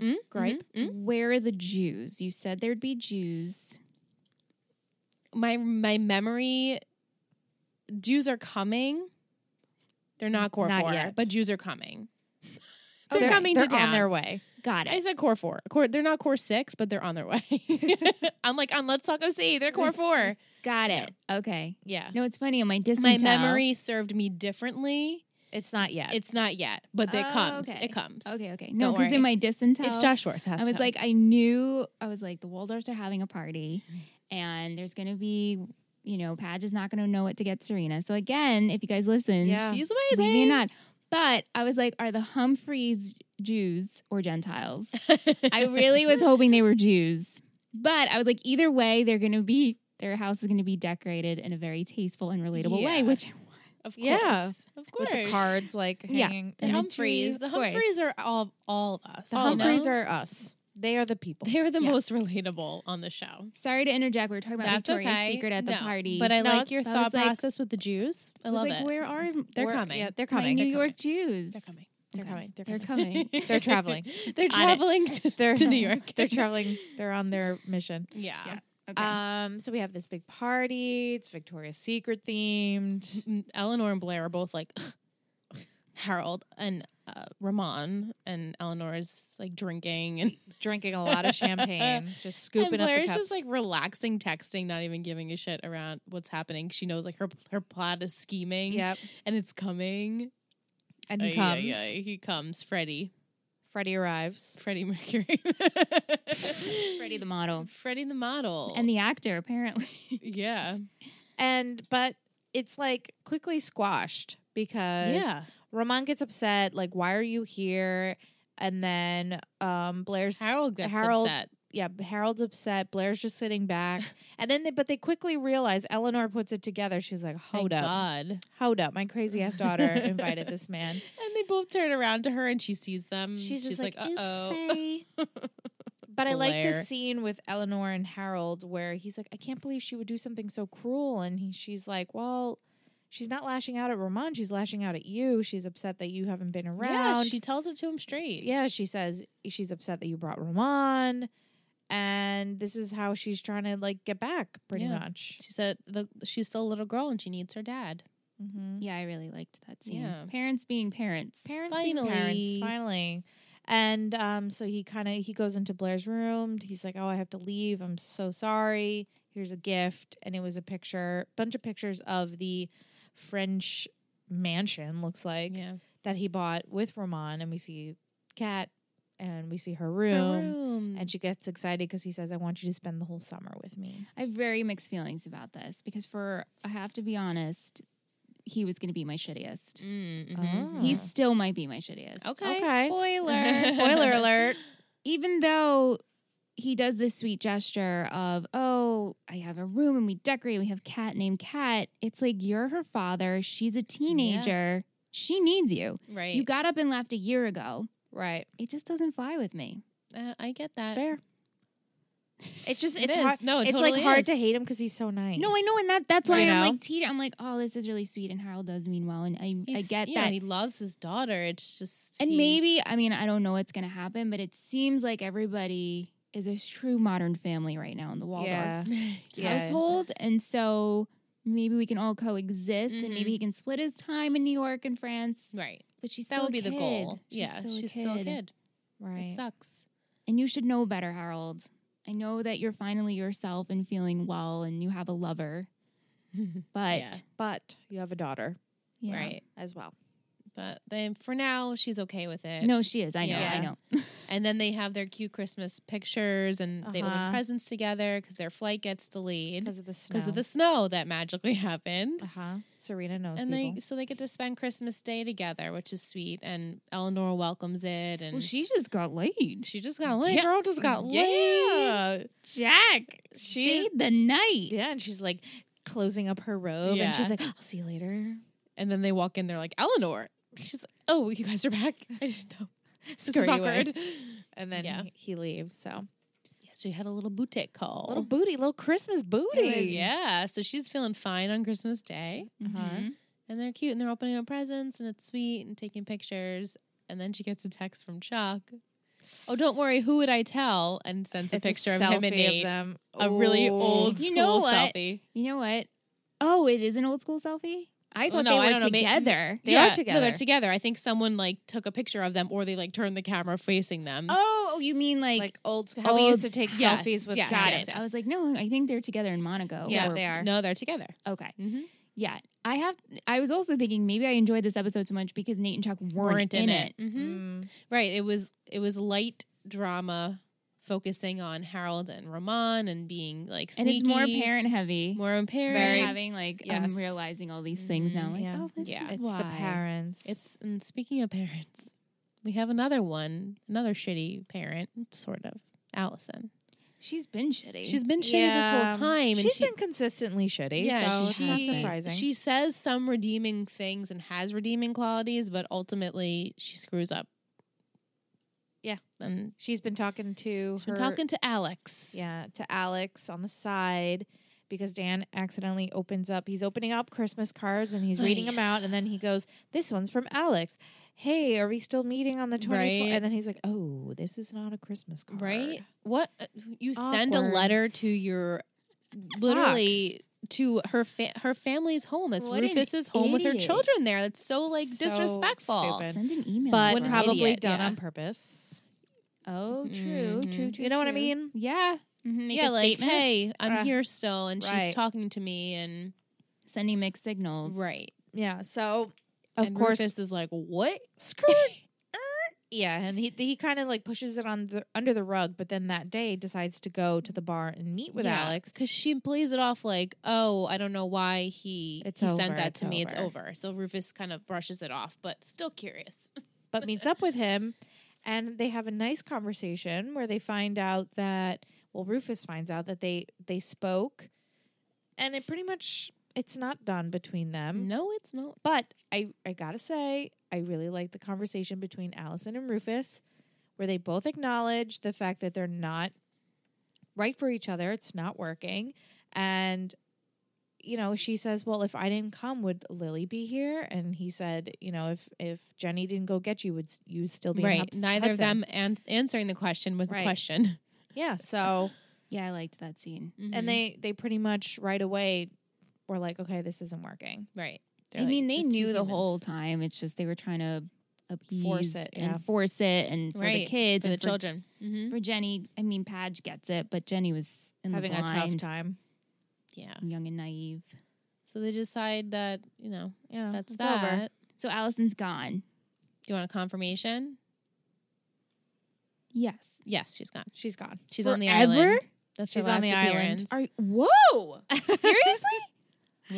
Speaker 2: Mm,
Speaker 1: gripe.
Speaker 2: mhm,
Speaker 3: Where are the Jews? You said there'd be Jews.
Speaker 2: mm. My my memory. Jews are coming. They're not core
Speaker 1: Not
Speaker 2: four,
Speaker 1: yet.
Speaker 2: but Jews are coming. They're
Speaker 3: Okay.
Speaker 2: coming
Speaker 1: they're
Speaker 2: to
Speaker 1: on
Speaker 2: town.
Speaker 1: their way.
Speaker 3: Got
Speaker 2: I
Speaker 3: it.
Speaker 2: said core four. Core, they're not core six, but they're on their way. [LAUGHS] I'm like on Let's Taco See. They're
Speaker 3: [LAUGHS]
Speaker 2: core four.
Speaker 3: Got it. Okay.
Speaker 1: Yeah,
Speaker 3: No, it's funny on my
Speaker 2: My
Speaker 3: Disney.
Speaker 2: memory served me differently.
Speaker 1: it's not yet.
Speaker 2: It's not yet, but it
Speaker 3: Oh,
Speaker 2: comes.
Speaker 3: okay.
Speaker 2: It comes.
Speaker 3: Okay, okay. No, because
Speaker 2: worry.
Speaker 3: in my dysentel,
Speaker 2: It's Josh Schwartz. It has
Speaker 3: I
Speaker 2: to
Speaker 3: was
Speaker 2: come.
Speaker 3: like, I knew. I was like, the Waldorfs are having a party, and there's going to be, you know, Padge is not going to know what to get Serena. So again, if you guys listen,
Speaker 1: Yeah.
Speaker 2: she's
Speaker 3: leave
Speaker 2: amazing.
Speaker 3: me
Speaker 2: [LAUGHS]
Speaker 3: a nod. But I was like, are the Humphreys Jews or Gentiles? I really [LAUGHS] was hoping they were Jews, but I was like, either way, they're going to be their house is going to be decorated in a very tasteful and relatable way,
Speaker 2: Yeah.
Speaker 3: which
Speaker 2: Of course.
Speaker 1: Yeah.
Speaker 2: Of course.
Speaker 1: with the cards like
Speaker 3: Yeah.
Speaker 1: hanging.
Speaker 2: The
Speaker 3: and the
Speaker 2: Humphreys.
Speaker 3: tree,
Speaker 2: The
Speaker 3: of course.
Speaker 2: Humphreys are all all of us.
Speaker 1: The
Speaker 2: you
Speaker 1: Humphreys
Speaker 2: know?
Speaker 1: are us. They are the people.
Speaker 2: they were the
Speaker 3: Yeah.
Speaker 2: most relatable on the show.
Speaker 3: Sorry to interject. We were talking about
Speaker 2: That's
Speaker 3: Victoria's
Speaker 2: okay.
Speaker 3: Secret at the
Speaker 2: No,
Speaker 3: party.
Speaker 2: But I
Speaker 1: No,
Speaker 2: like your
Speaker 3: that
Speaker 2: thought
Speaker 3: was like-
Speaker 2: process with the Jews. I
Speaker 3: was
Speaker 2: love
Speaker 3: like,
Speaker 2: it.
Speaker 3: Where are
Speaker 2: They're
Speaker 1: We're-
Speaker 2: coming.
Speaker 1: Yeah, they're
Speaker 3: my
Speaker 1: coming.
Speaker 3: New
Speaker 1: they're
Speaker 3: York Jews?
Speaker 2: They're coming.
Speaker 1: They're
Speaker 3: Okay.
Speaker 1: coming. They're
Speaker 3: They're
Speaker 1: coming.
Speaker 3: coming.
Speaker 2: [LAUGHS]
Speaker 1: They're traveling.
Speaker 2: they're
Speaker 3: Got it.
Speaker 2: traveling to,
Speaker 1: They're
Speaker 2: to New York. [LAUGHS]
Speaker 1: They're traveling. They're on their mission.
Speaker 2: Yeah.
Speaker 3: Yeah. Okay.
Speaker 1: Um, so we have this big party. It's Victoria's Secret themed.
Speaker 2: Mm, Eleanor and Blair are both like [LAUGHS] Harold and uh, Ramon, and Eleanor is like
Speaker 1: [LAUGHS]
Speaker 2: drinking and
Speaker 1: Drinking a lot of [LAUGHS] champagne, just scooping
Speaker 2: and Blair's
Speaker 1: up the cups.
Speaker 2: just like relaxing, texting, not even giving a shit around what's happening. She knows like her her plot is scheming,
Speaker 1: yep.
Speaker 2: and it's coming.
Speaker 1: And he
Speaker 2: Ay,
Speaker 1: comes.
Speaker 2: ay, ay, he comes. Freddie.
Speaker 1: Freddie arrives.
Speaker 2: Freddie Mercury. [LAUGHS]
Speaker 3: Freddie the model
Speaker 2: Freddie the model.
Speaker 3: and the actor apparently.
Speaker 2: yeah.
Speaker 1: And but it's like quickly squashed because
Speaker 2: Yeah.
Speaker 1: Roman gets upset, like, why are you here? And then um Blair's
Speaker 2: Harold gets
Speaker 1: Harold-
Speaker 2: upset.
Speaker 1: yeah, Harold's upset, Blair's just sitting [LAUGHS] back. and then they but they quickly realize Eleanor puts it together. She's like, Hold up.
Speaker 2: Thank God.
Speaker 1: Hold up. My crazy ass [LAUGHS] daughter invited this man.
Speaker 2: And they both turn around to her and she sees them.
Speaker 1: She's, just like,
Speaker 2: uh oh.
Speaker 1: "Oopsie."
Speaker 2: [LAUGHS]
Speaker 1: But I like
Speaker 2: Blair.
Speaker 1: this scene with Eleanor and Harold where he's like, I can't believe she would do something so cruel. And he, she's like, Well, she's not lashing out at Ramon. She's lashing out at you. She's upset that you haven't been around.
Speaker 2: Yeah, she tells it to him straight.
Speaker 1: yeah, she says she's upset that you brought Ramon. And this is how she's trying to like get back, pretty
Speaker 2: Yeah.
Speaker 1: much.
Speaker 2: She said the, she's still a little girl and she needs her dad.
Speaker 1: Mm-hmm.
Speaker 3: [LAUGHS] Yeah, I really liked that scene.
Speaker 2: Yeah.
Speaker 3: Parents being parents.
Speaker 1: Parents being parents,
Speaker 2: Finally.
Speaker 1: finally. And um, so he kind of he goes into Blair's room. He's like, "Oh, I have to leave. I'm so sorry. Here's a gift." And it was a picture, bunch of pictures of the French mansion. Looks like
Speaker 2: yeah.
Speaker 1: that he bought with Roman, and we see Kat, and we see her
Speaker 2: Her
Speaker 1: room.
Speaker 2: room.
Speaker 1: And she gets excited because he says, "I want you to spend the whole summer with me."
Speaker 3: I have very mixed feelings about this because, for I have to be honest, he was going to be my shittiest.
Speaker 2: Mm, mhm.
Speaker 1: Oh.
Speaker 3: He still might be my shittiest.
Speaker 2: Okay.
Speaker 1: Okay.
Speaker 2: [LAUGHS]
Speaker 3: Spoiler.
Speaker 1: [LAUGHS] Spoiler alert.
Speaker 3: Even though he does this sweet gesture of, oh, I have a room and we decorate, we have cat named Cat. It's like you're her father. She's a teenager. She needs you.
Speaker 2: Right.
Speaker 3: You got up and left a year ago.
Speaker 1: Right.
Speaker 3: It just doesn't fly with me.
Speaker 2: uh, I get
Speaker 1: It's
Speaker 2: that.
Speaker 1: fair. It's just
Speaker 2: It
Speaker 1: it's
Speaker 2: is.
Speaker 1: hard.
Speaker 2: No, Oh, it
Speaker 1: it's
Speaker 2: totally
Speaker 1: like hard to
Speaker 2: is.
Speaker 1: hate him because he's so nice.
Speaker 3: No, I know, and that that's
Speaker 1: I
Speaker 3: why I'm
Speaker 1: know.
Speaker 3: like teeter. I'm like, oh, this is really sweet, and Harold does mean well, and I I
Speaker 2: He's-
Speaker 3: get
Speaker 2: you know,
Speaker 3: that.
Speaker 2: he loves his daughter. It's just
Speaker 3: and
Speaker 2: he- [LAUGHS]
Speaker 3: maybe I mean I don't know what's gonna happen, but it seems like everybody is a true modern family right now in the Waldorf
Speaker 1: Yeah. Yeah.
Speaker 3: household, and so maybe we can all coexist, and
Speaker 2: Mhm.
Speaker 3: maybe he can split his time in New York and France.
Speaker 2: Right.
Speaker 3: But she's
Speaker 2: That
Speaker 3: still
Speaker 2: would be
Speaker 3: a
Speaker 2: the
Speaker 3: kid.
Speaker 2: goal.
Speaker 3: She's
Speaker 2: yeah.
Speaker 3: still
Speaker 2: she's still a kid.
Speaker 1: Right.
Speaker 2: It sucks.
Speaker 3: and you should know better, Harold. I know that you're finally yourself and feeling well, and you have
Speaker 2: [LAUGHS]
Speaker 3: a lover, but
Speaker 2: Yeah.
Speaker 1: But you have a daughter
Speaker 3: you know.
Speaker 2: Right.
Speaker 1: as well.
Speaker 2: But then for now, she's okay with it.
Speaker 3: No, she is. I know. I
Speaker 2: Yeah.
Speaker 3: know.
Speaker 2: And then they have their cute Christmas pictures and they open
Speaker 1: Uh-huh.
Speaker 2: presents together because their flight gets delayed
Speaker 1: Because of the snow.
Speaker 2: because of the snow that magically [LAUGHS] happened.
Speaker 1: Uh huh. Serena knows
Speaker 2: And
Speaker 1: people.
Speaker 2: they so they get to spend Christmas Day together, which is sweet. And Eleanor welcomes it, and she,
Speaker 3: just got laid.
Speaker 2: just got laid.
Speaker 1: Yeah.
Speaker 2: Girl just got laid.
Speaker 1: yeah.
Speaker 3: Jack
Speaker 1: She-
Speaker 3: stayed the night.
Speaker 1: Yeah, and she's like closing up her robe, and
Speaker 2: Yeah.
Speaker 1: she's like, "I'll see you later."
Speaker 2: And then they walk in. They're like, Eleanor. She's like, Oh, you guys are back. [LAUGHS] I didn't know. This is
Speaker 1: Scurry away.
Speaker 2: awkward. [LAUGHS]
Speaker 1: And then
Speaker 2: Yeah.
Speaker 1: he- he leaves. So
Speaker 2: Yeah, so you had a little boutique call.
Speaker 1: little booty, little Christmas
Speaker 2: It
Speaker 1: booty.
Speaker 2: was- yeah. Mm-hmm. So she's feeling fine on Christmas Day.
Speaker 1: Uh-huh.
Speaker 2: And they're cute and they're opening up presents and it's sweet and taking pictures. And then she gets a text from Chuck. Oh, don't worry. Who would I tell? And sends a
Speaker 1: It's
Speaker 2: picture of him and
Speaker 1: selfie
Speaker 2: Nate.
Speaker 1: them.
Speaker 2: A really
Speaker 1: Ooh.
Speaker 2: old
Speaker 3: You
Speaker 2: school
Speaker 3: know what?
Speaker 2: selfie.
Speaker 3: You know what? Oh, it is an old school selfie. I
Speaker 2: Well,
Speaker 3: thought
Speaker 2: no, I
Speaker 3: they were
Speaker 2: don't know. May-
Speaker 3: together.
Speaker 1: They are
Speaker 2: No,
Speaker 1: together.
Speaker 2: they're together. I think someone like took a picture of them or they like turned the camera facing them.
Speaker 3: oh, oh, you mean like?
Speaker 1: like, old school. How we
Speaker 3: old-
Speaker 1: used to take
Speaker 2: Yes,
Speaker 1: selfies with
Speaker 2: yes,
Speaker 3: got
Speaker 2: yes,
Speaker 3: it.
Speaker 2: yes.
Speaker 3: I was like, no, I think they're together in Monaco.
Speaker 1: Yeah,
Speaker 3: or-
Speaker 1: they are.
Speaker 2: No, they're together.
Speaker 3: Okay.
Speaker 2: Mm-hmm.
Speaker 3: Yeah, I have. I was also thinking maybe I enjoyed this episode so much because Nate and Chuck weren't, in, it.
Speaker 2: Mm-hmm.
Speaker 1: Mm.
Speaker 2: Right. It was it was light drama focusing on Harold and Ramon and being like
Speaker 3: and
Speaker 2: sneaky,
Speaker 3: it's more parent heavy.
Speaker 2: more on
Speaker 3: They're
Speaker 1: Very-
Speaker 2: parents.
Speaker 3: having like
Speaker 1: yes. Mm-hmm.
Speaker 3: I'm realizing all these things now. Like,
Speaker 1: Yeah.
Speaker 3: oh, this
Speaker 2: Yeah.
Speaker 3: is
Speaker 1: It's
Speaker 3: why.
Speaker 1: the parents.
Speaker 2: It's and speaking of parents, [LAUGHS] we have another one, another shitty parent, sort of. Allison.
Speaker 3: She's been shitty.
Speaker 2: She's been shitty this
Speaker 1: Yeah.
Speaker 2: whole time, and
Speaker 1: She's
Speaker 2: she,
Speaker 1: been consistently shitty.
Speaker 2: yeah,
Speaker 1: so it's not
Speaker 2: she-
Speaker 1: surprising.
Speaker 2: She says some redeeming things and has redeeming qualities, but ultimately she screws up.
Speaker 1: Yeah.
Speaker 2: and
Speaker 1: She's been talking to
Speaker 2: she's
Speaker 1: her
Speaker 2: been talking to Alex.
Speaker 1: yeah, to Alex on the side because Dan accidentally opens up. He's opening up Christmas cards and he's
Speaker 2: Oh,
Speaker 1: reading
Speaker 2: yeah.
Speaker 1: them out and then he goes, "This one's from Alex. Hey, are we still meeting on the 24th?"
Speaker 2: Right.
Speaker 1: And then he's like, "Oh, this is not a Christmas card."
Speaker 2: Right? What uh, you send a
Speaker 1: Awkward.
Speaker 2: letter to your literally to her fa- her family's home. It's
Speaker 3: What an
Speaker 2: Rufus's home with her
Speaker 3: idiot.
Speaker 2: children there. That's so like
Speaker 1: So
Speaker 2: disrespectful.
Speaker 1: stupid.
Speaker 3: Send an email.
Speaker 1: But
Speaker 2: What an
Speaker 1: probably
Speaker 2: idiot,
Speaker 1: done
Speaker 2: yeah.
Speaker 1: on purpose.
Speaker 3: Oh, true,
Speaker 2: Mhm.
Speaker 3: true, true.
Speaker 1: You know what I
Speaker 3: true.
Speaker 1: mean?
Speaker 3: Yeah. Mhm, Make
Speaker 2: yeah,
Speaker 3: a
Speaker 2: like
Speaker 3: statement.
Speaker 2: hey, I'm
Speaker 1: Uh,
Speaker 2: here still, and she's
Speaker 1: right.
Speaker 2: talking to me, and
Speaker 3: Sending mixed signals.
Speaker 2: right.
Speaker 1: Yeah, so of
Speaker 2: and
Speaker 1: course
Speaker 2: Rufus is like, "What?
Speaker 1: skirt. er, [LAUGHS] yeah, and he he kind of like pushes it on the under the rug, but then that day decides to go to the bar and meet with
Speaker 2: Yeah,
Speaker 1: Alex.
Speaker 2: Because she plays it off like, "Oh, I don't know why he
Speaker 1: It's
Speaker 2: he
Speaker 1: over,
Speaker 2: sent that
Speaker 1: it's
Speaker 2: to me. It's
Speaker 1: over.
Speaker 2: over." So Rufus kind of brushes it off, but still
Speaker 3: [LAUGHS]
Speaker 2: curious.
Speaker 1: but meets up with him and they have a nice conversation where they find out that well Rufus finds out that they they spoke and it pretty much it's not done between
Speaker 3: Mm-hmm.
Speaker 1: them.
Speaker 2: No, it's not.
Speaker 1: But I I got to say I really like the conversation between Allison and Rufus where they both acknowledge the fact that they're not right for each other, it's not working and you know, she says, "Well, if I didn't come, would Lily be here?" And he said, "You know, if if Jenny didn't go get you, would s- you still be in
Speaker 2: Right.
Speaker 1: Huts-
Speaker 2: Neither of
Speaker 1: Hudson?"
Speaker 2: them an- answering the question with
Speaker 1: Right.
Speaker 2: a question. Mm-hmm.
Speaker 1: Yeah. So
Speaker 3: Yeah, I liked that scene.
Speaker 1: and they they pretty much right away were like, okay, this isn't working.
Speaker 2: right They're
Speaker 3: I
Speaker 2: like,
Speaker 3: mean, they
Speaker 2: "The two
Speaker 3: knew the whole
Speaker 2: humans."
Speaker 3: time. It's just they were trying to appease
Speaker 1: it,
Speaker 3: and
Speaker 1: yeah.
Speaker 3: force it, and for the
Speaker 2: Right,
Speaker 3: kids
Speaker 2: for the
Speaker 3: and for- mm-hmm.
Speaker 2: children. hmm
Speaker 3: For Jenny, I mean, Padge gets it, but Jenny was in
Speaker 1: having
Speaker 3: the
Speaker 1: a tough
Speaker 3: blind,
Speaker 1: time.
Speaker 2: Yeah.
Speaker 3: young and naive.
Speaker 2: So they decide that you know
Speaker 1: Yeah,
Speaker 2: that's
Speaker 1: Oh, it's
Speaker 2: that.
Speaker 1: over.
Speaker 3: So Allison's gone.
Speaker 2: Do you want a confirmation?
Speaker 3: Yes,
Speaker 2: Yes, she's gone.
Speaker 1: She's gone.
Speaker 2: She's on the
Speaker 3: Forever?
Speaker 2: island. That's
Speaker 1: She's
Speaker 2: her
Speaker 1: on
Speaker 2: last
Speaker 1: the island.
Speaker 2: appearance.
Speaker 3: Are
Speaker 2: [LAUGHS]
Speaker 3: whoa? [LAUGHS] Seriously?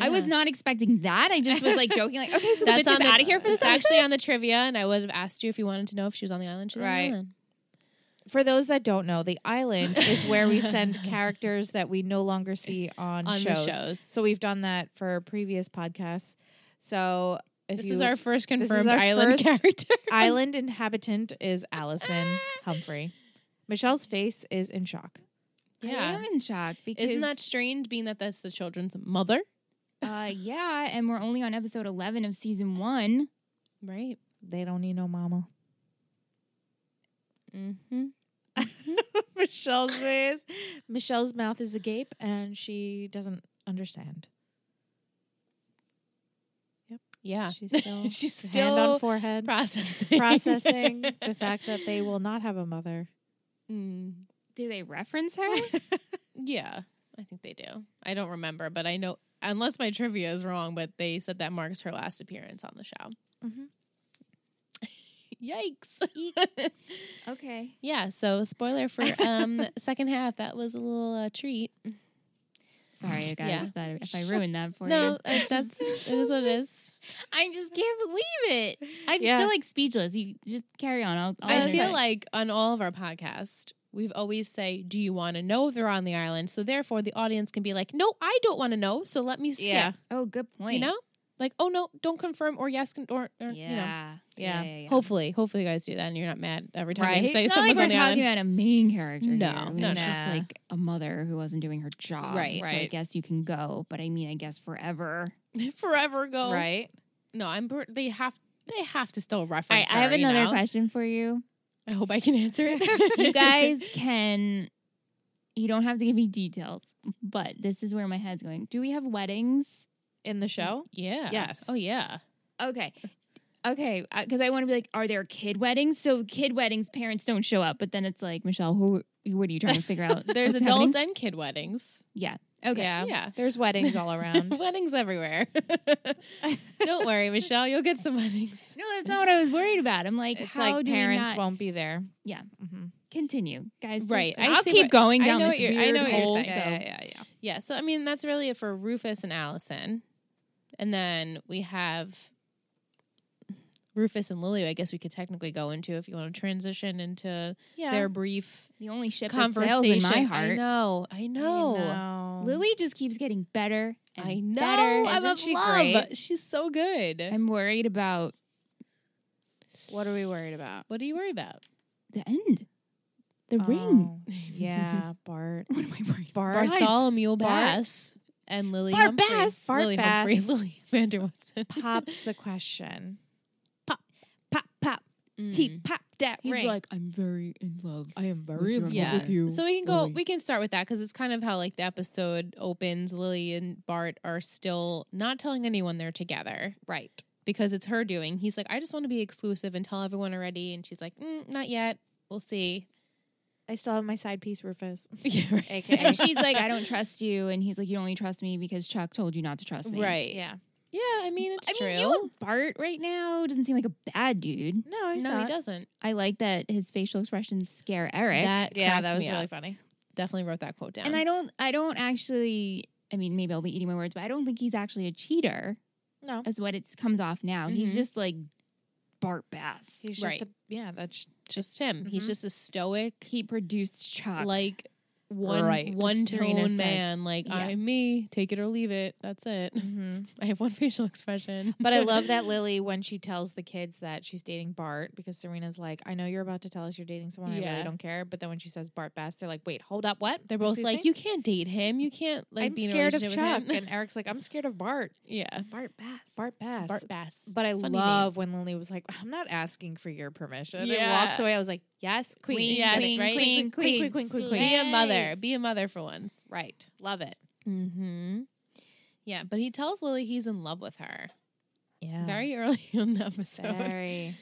Speaker 3: I was
Speaker 2: Yeah.
Speaker 3: not expecting that. I just was like joking, like, okay, so
Speaker 2: That's
Speaker 3: the bitch
Speaker 2: on
Speaker 3: is
Speaker 2: the-
Speaker 3: out of here for this
Speaker 2: It's actually on the trivia, and I would have asked you if you wanted to know if she was on the island. She's on the
Speaker 1: Right.
Speaker 2: island.
Speaker 1: For those that don't know, the island is where we
Speaker 2: [LAUGHS]
Speaker 1: send characters that we no longer see on,
Speaker 2: on
Speaker 1: shows.
Speaker 2: the shows.
Speaker 1: So we've done that for previous podcasts. So if
Speaker 2: this
Speaker 1: you,
Speaker 2: is our [LAUGHS] first
Speaker 1: is
Speaker 2: confirmed
Speaker 1: our
Speaker 2: island
Speaker 1: first-
Speaker 2: character. [LAUGHS]
Speaker 1: island inhabitant is
Speaker 2: Ah!
Speaker 1: Allison Humphrey. Michelle's face is in shock.
Speaker 3: I am in shock because
Speaker 2: Isn't that strange being that that's the children's mother?
Speaker 3: uh, yeah, and we're only on episode eleven of season one.
Speaker 2: Right.
Speaker 1: They don't need no mama.
Speaker 2: Mm-hmm.
Speaker 1: [LAUGHS] Michelle's face. Michelle's mouth is agape and she doesn't understand.
Speaker 2: Yeah. [LAUGHS]
Speaker 1: She's still
Speaker 2: She's
Speaker 1: hand on
Speaker 2: still
Speaker 1: forehead [LAUGHS]
Speaker 2: processing.
Speaker 1: processing
Speaker 2: [LAUGHS]
Speaker 1: the fact that they will not have a mother.
Speaker 2: Mm.
Speaker 3: Do they
Speaker 2: [LAUGHS]
Speaker 3: reference her?
Speaker 2: Yeah, I think they do. I don't remember, but I know unless my trivia is wrong, but they said that marks her last appearance on the show.
Speaker 1: Mhm.
Speaker 2: [LAUGHS] Yikes.
Speaker 3: okay.
Speaker 2: yeah, so spoiler
Speaker 3: [LAUGHS]
Speaker 2: for um second half, that was a little uh, treat.
Speaker 3: Sorry, guys,
Speaker 2: Yeah.
Speaker 3: if I- if I ruined that for you.
Speaker 2: No, uh, that's it is what it
Speaker 3: [LAUGHS]
Speaker 2: is.
Speaker 3: I just can't believe it. I'm
Speaker 1: Yeah.
Speaker 3: still like speechless. You just carry on. I'll, I'll
Speaker 2: I
Speaker 1: that's
Speaker 2: feel
Speaker 1: right.
Speaker 2: like on all of our podcasts, we've always say, "Do you want to know if they're on the island?" So therefore, the audience can be like, "No, I don't want to know." So let me skip.
Speaker 1: Yeah.
Speaker 3: Oh, good point.
Speaker 2: You know, like, "Oh no, don't confirm or yes con- or, or
Speaker 3: Yeah.
Speaker 2: you know."
Speaker 1: Yeah.
Speaker 2: Hopefully, hopefully you guys do that, and you're not mad every time
Speaker 1: Right.
Speaker 2: you say
Speaker 3: It's not like
Speaker 2: someone's
Speaker 3: we're
Speaker 2: on the
Speaker 3: talking
Speaker 2: island.
Speaker 3: about a main character.
Speaker 2: No,
Speaker 3: here. I mean,
Speaker 2: no,
Speaker 3: it's
Speaker 1: no.
Speaker 3: just
Speaker 1: Nah.
Speaker 3: like a mother who wasn't doing her job.
Speaker 2: Right.
Speaker 3: so I
Speaker 1: Right.
Speaker 3: guess you can go, but I mean, I guess forever.
Speaker 2: [LAUGHS] forever ago.
Speaker 1: Right?
Speaker 2: No, I'm. per- They have. They have to still
Speaker 3: All
Speaker 2: reference.
Speaker 3: right, I have
Speaker 2: her, you
Speaker 3: another
Speaker 2: know?
Speaker 3: question for you.
Speaker 2: I hope I can answer it.
Speaker 3: [LAUGHS] You guys can. You don't have to give me details, but this is where my head's going. Do we have weddings?
Speaker 1: In the show?
Speaker 2: Yeah.
Speaker 1: Yes.
Speaker 2: Oh yeah.
Speaker 3: Okay. Okay, because I want to be like, are there kid weddings? So kid weddings, parents don't show up, but then it's like, Michelle, who? What are you trying to figure [LAUGHS] out?
Speaker 2: There's
Speaker 3: what's
Speaker 2: adult
Speaker 3: happening?
Speaker 2: and kid weddings.
Speaker 3: Okay.
Speaker 1: Yeah.
Speaker 2: Yeah. [LAUGHS]
Speaker 1: There's weddings all around.
Speaker 2: weddings everywhere. [LAUGHS] Don't worry, Michelle. You'll get some weddings.
Speaker 3: No, that's not what I was worried about. I'm like,
Speaker 1: it's
Speaker 3: how
Speaker 1: like
Speaker 3: do
Speaker 1: parents
Speaker 3: we not
Speaker 1: won't be there.
Speaker 3: Yeah.
Speaker 1: hmm
Speaker 3: continue, guys? just-
Speaker 2: Right, I
Speaker 3: I'll
Speaker 2: see
Speaker 3: keep
Speaker 2: what-
Speaker 3: going
Speaker 2: I
Speaker 3: down
Speaker 2: know
Speaker 3: this
Speaker 2: what you're- I
Speaker 3: weird
Speaker 2: know what you're
Speaker 3: hole.
Speaker 2: saying.
Speaker 3: so-
Speaker 1: Yeah, yeah, yeah, yeah.
Speaker 2: Yeah. So I mean, that's really it for Rufus and Allison, and then we have Rufus and Lily. I guess we could technically go into if you want to transition into
Speaker 1: Yeah.
Speaker 2: their brief
Speaker 3: The only ship that sails
Speaker 2: conversation.
Speaker 3: in my
Speaker 2: I
Speaker 3: heart.
Speaker 2: know. I know.
Speaker 3: Lily just keeps getting better and
Speaker 2: I know.
Speaker 3: better.
Speaker 2: I'm
Speaker 1: Isn't
Speaker 2: in
Speaker 1: she
Speaker 2: love.
Speaker 1: great?
Speaker 2: She's so good.
Speaker 3: I'm worried about
Speaker 1: What are we worried about?
Speaker 2: what are you worried about?
Speaker 3: the end, the ring. [LAUGHS]
Speaker 2: [LAUGHS]
Speaker 1: Oh, yeah, Bart.
Speaker 3: What am I worried? about?
Speaker 1: Bart.
Speaker 2: Bartholomew
Speaker 1: Bart-
Speaker 2: Bass and Lily
Speaker 3: Bart
Speaker 2: Humphrey.
Speaker 3: Bass.
Speaker 1: Bart
Speaker 2: Lily
Speaker 1: Bass.
Speaker 2: Humphrey. [LAUGHS] Lily Vander Watson.
Speaker 1: pops the question. Hmm. Pop, pop, pop. He
Speaker 2: [LAUGHS] Mm.
Speaker 1: popped that
Speaker 3: He's
Speaker 1: ring.
Speaker 3: like, I'm very in love.
Speaker 1: am
Speaker 3: very in love
Speaker 2: yeah.
Speaker 3: with [LAUGHS]
Speaker 2: So we can go.
Speaker 3: Lily.
Speaker 2: We can start with that because it's kind of how like the episode opens. Lily and Bart are still not telling anyone they're together
Speaker 1: right.
Speaker 2: because it's her doing. He's like, I just want to be exclusive and tell everyone already, and she's like, mm, Not yet. We'll see.
Speaker 1: I still have my side piece, Rufus.
Speaker 2: Yeah, right.
Speaker 1: AKA.
Speaker 3: and she's like, I don't trust you, and he's like, you only trust me because Chuck told you not to trust me.
Speaker 2: Right.
Speaker 1: Yeah.
Speaker 2: Yeah, I mean it's
Speaker 3: I
Speaker 2: true.
Speaker 3: mean, you and Bart right now doesn't seem like a bad dude.
Speaker 1: No, he's
Speaker 2: no,
Speaker 1: not.
Speaker 2: he doesn't.
Speaker 3: I like that his facial expressions scare Eric.
Speaker 2: That
Speaker 1: Yeah,
Speaker 2: cracked
Speaker 1: that was
Speaker 2: me
Speaker 1: really
Speaker 2: up.
Speaker 1: funny.
Speaker 2: Definitely wrote that quote down.
Speaker 3: and I don't I don't actually I mean maybe I'll be eating my words, but I don't think he's actually a cheater
Speaker 1: No,
Speaker 3: as what it comes off now.
Speaker 2: Mhm.
Speaker 3: He's just like Bart Bass.
Speaker 1: he's just
Speaker 2: Right.
Speaker 1: a yeah. [LAUGHS] That's
Speaker 2: just him. He's
Speaker 1: Mhm.
Speaker 2: just a stoic,
Speaker 3: he produced Chuck.
Speaker 2: like one
Speaker 1: Right.
Speaker 2: one
Speaker 3: Serena says-
Speaker 2: tone man. Like
Speaker 3: Yeah.
Speaker 2: I'm me, take it or leave it. That's it. [LAUGHS]
Speaker 1: hmm
Speaker 2: I have one facial expression,
Speaker 1: [LAUGHS] but
Speaker 2: [LAUGHS]
Speaker 1: I love that Lily when she tells the kids that she's dating Bart because Serena's like, I know you're about to tell us you're dating someone. I
Speaker 2: Yeah.
Speaker 1: really don't care. But then when she says Bart Bass, they're like, wait, hold up, what?
Speaker 2: They're both
Speaker 1: Excuse
Speaker 2: like,
Speaker 1: me?
Speaker 2: you can't date him. You can't like
Speaker 1: I'm
Speaker 2: be in a
Speaker 1: scared of
Speaker 2: relationship
Speaker 1: Chuck,
Speaker 2: with him.
Speaker 1: and Eric's like, I'm scared of Bart.
Speaker 2: [LAUGHS] yeah,
Speaker 3: Bart Bass.
Speaker 1: Bart Bass.
Speaker 2: Bart Bass.
Speaker 1: But I
Speaker 2: Funny name.
Speaker 1: love when Lily was like, I'm not asking for your permission.
Speaker 2: Yeah.
Speaker 1: And walks away. I was like, yes, queen.
Speaker 3: Queen,
Speaker 1: yes,
Speaker 2: queen,
Speaker 1: right? queen,
Speaker 3: queen, queen,
Speaker 1: queen, queen, queen.
Speaker 2: be a
Speaker 3: Yay.
Speaker 2: mother. Be a mother for once.
Speaker 1: Right. Love it.
Speaker 2: Mm-hmm. Yeah, but he tells Lily he's in love with her.
Speaker 1: Yeah.
Speaker 2: very [LAUGHS] early in the episode. [LAUGHS]
Speaker 1: Very.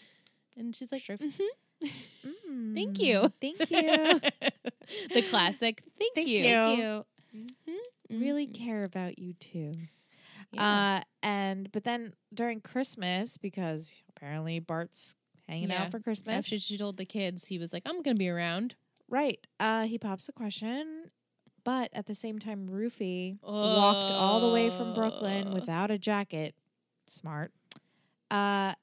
Speaker 2: And she's like,
Speaker 1: Sure.
Speaker 2: "Mhm,
Speaker 1: Mm,
Speaker 2: you.
Speaker 1: Thank [LAUGHS] you.
Speaker 2: [LAUGHS] the classic, thank,
Speaker 1: Thank
Speaker 2: you. Mm-hmm.
Speaker 1: you.
Speaker 3: Thank you.
Speaker 2: Mhm.
Speaker 1: really care about you too.
Speaker 2: Yeah.
Speaker 1: Uh, and but then during Christmas, because apparently Bart's hanging
Speaker 2: Yeah.
Speaker 1: out for Christmas,
Speaker 2: After she told the kids, he was like, I'm going to be around.
Speaker 1: right? Uh, he pops the question, but at the same time, Rufy walked all the way from Brooklyn
Speaker 2: Oh.
Speaker 1: without a jacket, smart, uh,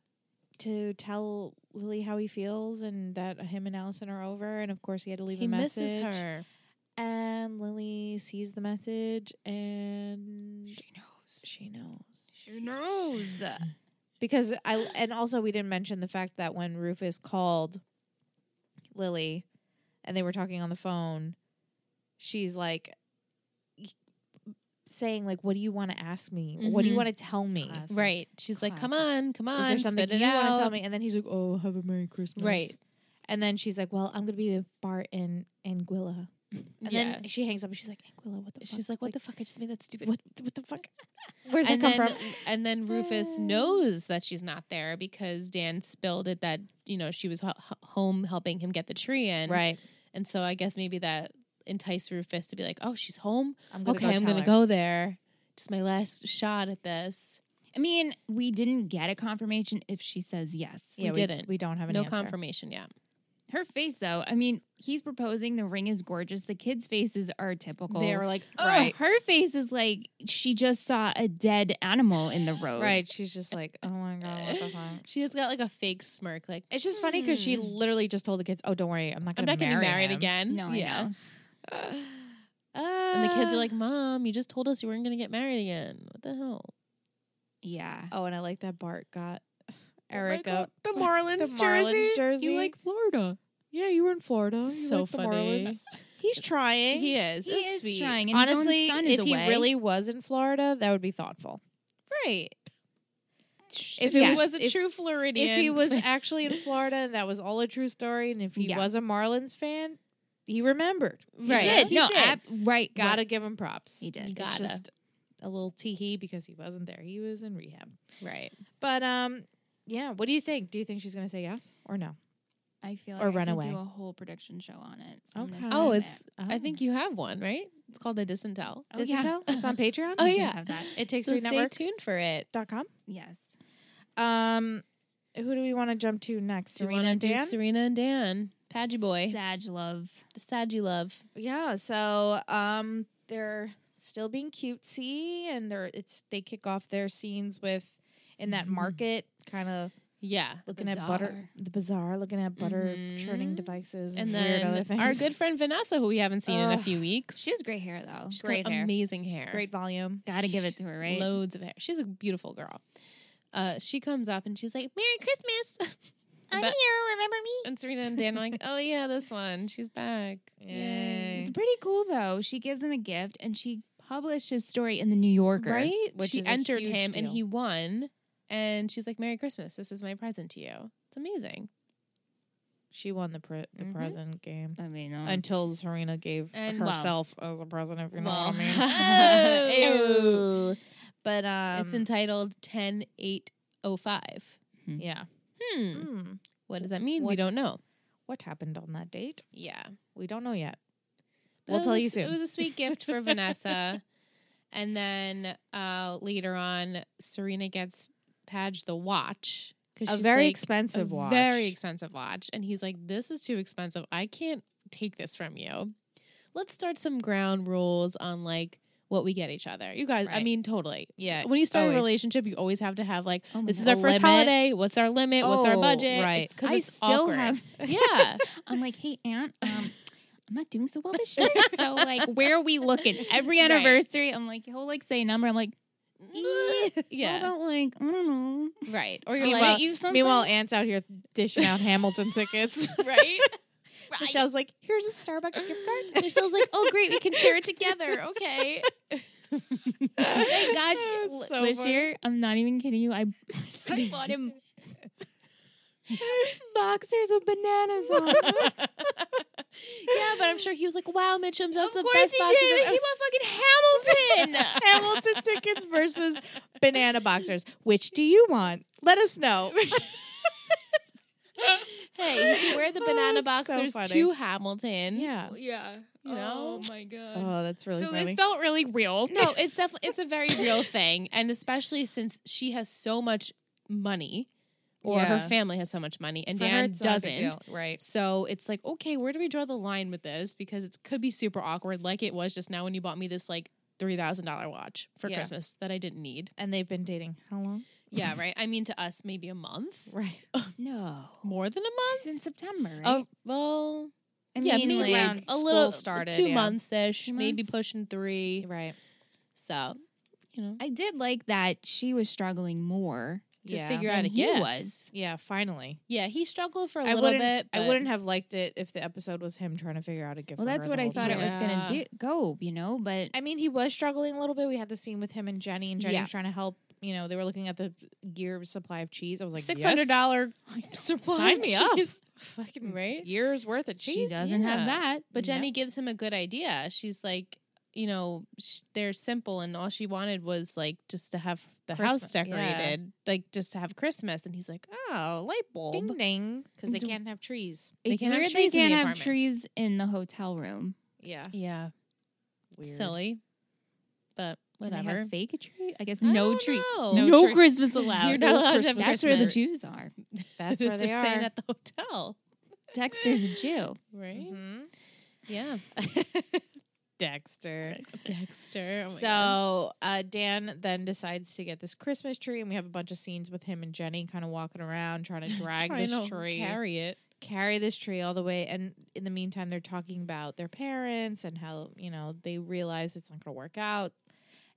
Speaker 1: to tell Lily how he feels and that him and Allison are over, and of course he had to leave
Speaker 2: He
Speaker 1: a message.
Speaker 2: misses her.
Speaker 1: And Lily sees the message, and she knows. She knows.
Speaker 3: She knows.
Speaker 1: because I and also we didn't mention the fact that when Rufus called Lily and they were talking on the phone, she's like saying like, "What do you want to ask me? What do you
Speaker 2: Mhm.
Speaker 1: want to tell me?
Speaker 3: Classic.
Speaker 2: Right. She's like, come
Speaker 3: Classic.
Speaker 2: on, come on.
Speaker 1: Is there something
Speaker 2: spit it
Speaker 1: you want
Speaker 2: out."
Speaker 1: to tell me?" And then he's like, "Oh, have a merry Christmas."
Speaker 2: Right.
Speaker 1: And then she's like, "Well, I'm gonna be with Bart and Anguilla." And
Speaker 2: yeah.
Speaker 1: then she hangs up and she's like, "Anguilla, what the?" fuck?
Speaker 2: She's like, what the fuck? I just made that stupid.
Speaker 1: What what the fuck? Where did
Speaker 2: and
Speaker 1: that
Speaker 2: then,
Speaker 1: come from?
Speaker 2: and then Rufus
Speaker 1: Uh.
Speaker 2: knows that she's not there because Dan spilled it that you know she was ho- ho- home helping him get the tree in,
Speaker 1: Right.
Speaker 2: And so I guess maybe that enticed Rufus to be like, "Oh, she's home.
Speaker 1: I'm
Speaker 2: Okay, I'm
Speaker 1: tell
Speaker 2: gonna
Speaker 1: her."
Speaker 2: go there. Just my last shot at this."
Speaker 3: I mean, we didn't get a confirmation if she says yes.
Speaker 1: Yeah, we,
Speaker 2: didn't.
Speaker 1: We don't have an
Speaker 2: No
Speaker 1: answer.
Speaker 2: confirmation yet.
Speaker 3: Her face, though, I mean, he's proposing. The ring is gorgeous. The kids' faces are typical.
Speaker 2: They were like,
Speaker 3: Ugh,
Speaker 2: "Right,
Speaker 3: Her face is like she just saw a dead animal in the road.
Speaker 1: [LAUGHS] Right. She's just like, oh my god, what the fuck.
Speaker 2: She has got like a fake smirk, like
Speaker 1: [LAUGHS] It's just funny because she
Speaker 2: "Hmm,
Speaker 1: literally just told the kids, "Oh, don't worry, I'm not
Speaker 2: I'm
Speaker 1: gonna,
Speaker 2: not gonna be married
Speaker 1: him." [SIGHS]
Speaker 2: again."
Speaker 3: No, I know.
Speaker 1: and
Speaker 2: And the kids are like,
Speaker 3: [GASPS]
Speaker 2: "Mom, you just told us you weren't gonna get married again. What the hell?" Oh
Speaker 3: Yeah.
Speaker 1: [SIGHS] "Oh," and I like that Bart got
Speaker 2: my
Speaker 1: Eric
Speaker 2: God.
Speaker 1: up
Speaker 2: [LAUGHS] The
Speaker 1: Marlins jersey. You like
Speaker 3: Florida?
Speaker 1: yeah, you were in Florida.
Speaker 2: So funny.
Speaker 1: He's trying.
Speaker 2: [LAUGHS] He is.
Speaker 3: He
Speaker 2: It's
Speaker 3: is
Speaker 2: sweet.
Speaker 3: trying. And
Speaker 1: Honestly,
Speaker 3: his own son
Speaker 1: if
Speaker 3: is
Speaker 1: he
Speaker 3: away.
Speaker 1: really was in Florida, that would be thoughtful.
Speaker 2: Right.
Speaker 1: If
Speaker 2: If
Speaker 1: it
Speaker 2: he
Speaker 1: was-
Speaker 2: was a
Speaker 1: if-
Speaker 2: true Floridian,
Speaker 1: If he
Speaker 2: [LAUGHS]
Speaker 1: was actually in Florida and that was all a true story, and if he
Speaker 3: Yeah.
Speaker 1: was a Marlins fan, he remembered.
Speaker 2: right,
Speaker 3: he did.
Speaker 2: He
Speaker 3: no,
Speaker 2: did.
Speaker 3: ab- right.
Speaker 1: Gotta
Speaker 3: right.
Speaker 1: give him props.
Speaker 3: He did.
Speaker 2: You got-
Speaker 1: It's
Speaker 2: Gotta.
Speaker 1: just a little teehee because he wasn't there. He was in rehab.
Speaker 2: right.
Speaker 1: But um, yeah. What do you think? Do you think she's gonna say yes or no?
Speaker 3: I feel like
Speaker 1: Or
Speaker 3: I could
Speaker 1: Runaway.
Speaker 3: do a whole production show on it. So I'm gonna
Speaker 1: Okay.
Speaker 2: [LAUGHS]
Speaker 3: send
Speaker 2: Oh,
Speaker 3: it.
Speaker 2: it's. I think you have one, right? It's called a disintel.
Speaker 3: Oh,
Speaker 1: Does
Speaker 3: yeah.
Speaker 1: it tell? It's
Speaker 2: [LAUGHS]
Speaker 1: on Patreon.
Speaker 2: Oh,
Speaker 3: I do
Speaker 2: yeah.
Speaker 3: have that.
Speaker 1: It takes
Speaker 2: so
Speaker 1: three
Speaker 2: stay
Speaker 1: network
Speaker 2: tuned for it.
Speaker 1: dot com.
Speaker 3: [LAUGHS] Yes.
Speaker 1: Um, who do we want to jump to next?
Speaker 2: Do you
Speaker 1: Serena
Speaker 2: wanna
Speaker 1: and
Speaker 2: do
Speaker 1: Dan.
Speaker 2: Serena and Dan, Padgy boy,
Speaker 3: Sag love.
Speaker 2: the Sadgy love.
Speaker 1: yeah. So um, they're still being cutesy, and they're it's they kick off their scenes with in that
Speaker 2: Mhm.
Speaker 1: market kind of
Speaker 2: Yeah.
Speaker 1: looking at butter
Speaker 3: Bazaar.
Speaker 1: the bazaar looking at butter churning
Speaker 2: Mhm.
Speaker 1: devices and,
Speaker 2: And
Speaker 1: weird other
Speaker 2: then
Speaker 1: things
Speaker 2: our good friend Vanessa, who we haven't seen in a
Speaker 1: Ugh.
Speaker 2: few weeks.
Speaker 3: She has great hair though.
Speaker 2: She's
Speaker 1: great
Speaker 2: got
Speaker 1: hair.
Speaker 2: amazing hair.
Speaker 1: [LAUGHS] great volume
Speaker 3: Gotta give it to her, right?
Speaker 2: Loads of hair. She's a beautiful girl. Uh, she comes up and she's like, "Merry Christmas." [LAUGHS] I'm
Speaker 1: here remember me
Speaker 2: and Serena and Dan are like, "Oh yeah, this one. She's back."
Speaker 1: Yay.
Speaker 3: It's pretty cool though. She gives him a gift and she published his story in the New Yorker.
Speaker 2: Right?
Speaker 1: which
Speaker 2: she
Speaker 1: is a
Speaker 2: entered
Speaker 1: huge
Speaker 2: him and
Speaker 1: deal.
Speaker 2: he won. And she's like, Merry Christmas. This is my present to you. It's amazing.
Speaker 1: she won the pre- the
Speaker 2: Mm-hmm.
Speaker 3: Mhm.
Speaker 1: present game
Speaker 3: I mean, um,
Speaker 1: until Serena gave
Speaker 2: And-
Speaker 1: herself as a present, if you know
Speaker 2: Well.
Speaker 1: what
Speaker 2: Ew.
Speaker 1: I mean. [LAUGHS] But um,
Speaker 2: it's entitled 10805.
Speaker 1: yeah.
Speaker 2: Hmm.
Speaker 1: Hmm.
Speaker 2: What does that mean? We
Speaker 1: What-
Speaker 2: don't know.
Speaker 1: What happened on that date?
Speaker 2: Yeah.
Speaker 1: We don't know yet.
Speaker 2: But
Speaker 1: We'll
Speaker 2: it was
Speaker 1: tell
Speaker 2: a
Speaker 1: you
Speaker 2: s-
Speaker 1: soon.
Speaker 2: It was a sweet
Speaker 1: [LAUGHS]
Speaker 2: gift for Vanessa. And then uh, later on, Serena gets Padge the watch. 'cause
Speaker 1: a
Speaker 2: she's
Speaker 1: very
Speaker 2: like,
Speaker 1: expensive
Speaker 2: a
Speaker 1: watch.
Speaker 2: Very expensive watch. And he's like, This is too expensive. I can't take this from you. Let's start some ground rules on like what we get each other. You guys, I
Speaker 1: Right.
Speaker 2: mean, totally.
Speaker 1: Yeah.
Speaker 2: When you start a
Speaker 1: always.
Speaker 2: relationship, you always have to have like,
Speaker 3: oh my
Speaker 2: this is
Speaker 3: God.
Speaker 2: our first
Speaker 1: limit.
Speaker 2: holiday. What's our limit? What's our
Speaker 3: Oh,
Speaker 2: budget?
Speaker 1: right.
Speaker 2: It's 'cause
Speaker 3: I
Speaker 2: it's
Speaker 3: still
Speaker 2: awkward.
Speaker 3: have.
Speaker 1: [LAUGHS]
Speaker 2: Yeah. [LAUGHS]
Speaker 3: I'm like, hey, [LAUGHS] aunt. Um, I'm not doing so well [LAUGHS] this year. so like, where are we looking? Every
Speaker 2: Right.
Speaker 3: anniversary, I'm like, he'll like say a number. I'm like, yeah.
Speaker 2: yeah.
Speaker 3: about like I don't know.
Speaker 2: Right. Or you're
Speaker 3: I'll
Speaker 1: Meanwhile-
Speaker 2: like,
Speaker 3: get you something.
Speaker 1: Meanwhile, Aunt's out here dishing out Hamilton tickets. [LAUGHS]
Speaker 2: right?
Speaker 3: Right.
Speaker 1: Michelle's like, "Here's a Starbucks gift card."
Speaker 2: [LAUGHS] Michelle's like, oh, great. We can share it together.
Speaker 1: [LAUGHS]
Speaker 2: Okay.
Speaker 3: Thank God
Speaker 1: It's
Speaker 3: l-
Speaker 1: so
Speaker 3: this
Speaker 1: funny.
Speaker 3: [LAUGHS] year, I'm not even kidding you. I, I bought him [LAUGHS] boxers with bananas [LAUGHS] on.
Speaker 2: yeah, but I'm sure he was like, "Wow, Mitchum's that's
Speaker 3: of
Speaker 2: the
Speaker 3: course
Speaker 2: best
Speaker 3: he
Speaker 2: boxes
Speaker 3: did.
Speaker 2: I've
Speaker 3: He won [LAUGHS]
Speaker 2: [LAUGHS]
Speaker 3: fucking
Speaker 1: [LAUGHS]
Speaker 3: Hamilton.
Speaker 1: [LAUGHS] Hamilton tickets versus banana boxers. Which do you want? Let us know.
Speaker 2: Hey, you can wear the
Speaker 1: [LAUGHS] Oh,
Speaker 2: banana
Speaker 1: that's so
Speaker 2: boxers
Speaker 1: funny.
Speaker 2: to Hamilton.
Speaker 1: yeah.
Speaker 3: yeah.
Speaker 2: You know?
Speaker 3: Oh my god.
Speaker 1: Oh, that's really
Speaker 3: so this
Speaker 1: funny.
Speaker 3: felt really real.
Speaker 2: No, it's definitely it's a very real thing, and especially since she has so much money, or
Speaker 1: Yeah.
Speaker 2: her family has so much money, and
Speaker 1: For her,
Speaker 2: Dan
Speaker 1: it's not a big
Speaker 2: doesn't.
Speaker 1: deal. Right.
Speaker 2: So it's like, okay, where do we draw the line with this? Because it could be super awkward, like it was just now when you bought me this like three thousand dollar watch for
Speaker 1: Yeah.
Speaker 2: Christmas that I didn't need.
Speaker 1: And they've been dating how long?
Speaker 2: Yeah, right. I mean, to us, maybe a month, [LAUGHS]
Speaker 1: [LAUGHS] Right.
Speaker 3: [CLEARS THROAT] No.
Speaker 2: more than a month.
Speaker 3: It's in September, right?
Speaker 2: Oh well,
Speaker 3: I
Speaker 2: yeah,
Speaker 3: mean,
Speaker 2: maybe
Speaker 1: like,
Speaker 2: like
Speaker 1: around
Speaker 2: a
Speaker 1: school
Speaker 2: little
Speaker 1: started,
Speaker 2: two
Speaker 1: yeah.
Speaker 2: months ish,
Speaker 3: Two
Speaker 2: maybe
Speaker 3: months?
Speaker 2: pushing three.
Speaker 1: Right.
Speaker 2: So, you know,
Speaker 3: I did like that she was struggling more um,
Speaker 2: to
Speaker 1: Yeah.
Speaker 2: figure
Speaker 3: than
Speaker 2: out a
Speaker 3: he
Speaker 2: gift.
Speaker 3: was.
Speaker 1: Yeah. Finally.
Speaker 2: Yeah, he struggled for a
Speaker 1: I
Speaker 2: little
Speaker 1: wouldn't.
Speaker 2: bit.
Speaker 1: I
Speaker 2: but-
Speaker 1: wouldn't have liked it if the episode was him trying to figure out a gift.
Speaker 3: Well,
Speaker 1: for
Speaker 3: that's
Speaker 1: her
Speaker 3: what
Speaker 1: the
Speaker 3: I
Speaker 1: whole
Speaker 3: thought
Speaker 1: time.
Speaker 3: it was gonna
Speaker 2: Yeah.
Speaker 3: do, go, you know. But
Speaker 1: I mean, he was struggling a little bit. We had the scene with him and Jenny, and Jenny
Speaker 3: Yeah.
Speaker 1: was trying to help. You know, they were looking at the gear supply of cheese. I was like,
Speaker 2: six hundred
Speaker 1: yes,
Speaker 2: dollar [LAUGHS]
Speaker 1: [LAUGHS]
Speaker 2: supply.
Speaker 1: Sign me up.
Speaker 2: cheese.
Speaker 1: fucking
Speaker 2: Right?
Speaker 1: years worth of
Speaker 3: she
Speaker 1: cheese.
Speaker 3: doesn't
Speaker 2: yeah.
Speaker 3: have that.
Speaker 2: But
Speaker 1: No.
Speaker 2: Jenny gives him a good idea. She's like, you know, sh- they're simple, and all she wanted was like just to have the house
Speaker 1: Christmas, yeah.
Speaker 2: decorated, like just to have Christmas. And he's like, oh, light bulb.
Speaker 1: Ding ding, because they
Speaker 2: It's-
Speaker 1: can't have trees.
Speaker 2: They
Speaker 3: it's
Speaker 2: can't have
Speaker 3: weird they
Speaker 2: trees in the
Speaker 3: can't have
Speaker 2: apartment.
Speaker 3: trees in the hotel room.
Speaker 1: Yeah,
Speaker 2: Yeah,
Speaker 1: weird.
Speaker 2: silly, but
Speaker 3: Can they have
Speaker 2: whatever.
Speaker 3: fake a tree? I guess
Speaker 2: I
Speaker 3: no
Speaker 2: don't
Speaker 3: trees.
Speaker 2: know.
Speaker 1: No
Speaker 2: [LAUGHS]
Speaker 3: No,
Speaker 1: tree-
Speaker 3: [LAUGHS] Christmas allowed.
Speaker 2: You're not
Speaker 3: No
Speaker 2: allowed to have
Speaker 3: Christmas. That's where the
Speaker 2: Christmas.
Speaker 3: Jews are.
Speaker 1: [LAUGHS] That's where they
Speaker 2: they're
Speaker 1: are.
Speaker 2: staying at the hotel,
Speaker 3: Dexter's a [LAUGHS] Jew.
Speaker 2: right?
Speaker 1: Mhm.
Speaker 2: Yeah,
Speaker 1: Mm-hmm. [LAUGHS] Dexter.
Speaker 2: Dexter. Oh my God.
Speaker 1: so uh, Dan then decides to get this Christmas tree, and we have a bunch of scenes with him and Jenny kind of walking around trying
Speaker 2: [LAUGHS]
Speaker 1: to drag
Speaker 2: Trying
Speaker 1: this
Speaker 2: to
Speaker 1: tree,
Speaker 2: carry it.
Speaker 1: carry this tree all the way. And in the meantime, they're talking about their parents and how you know they realize it's not going to work out.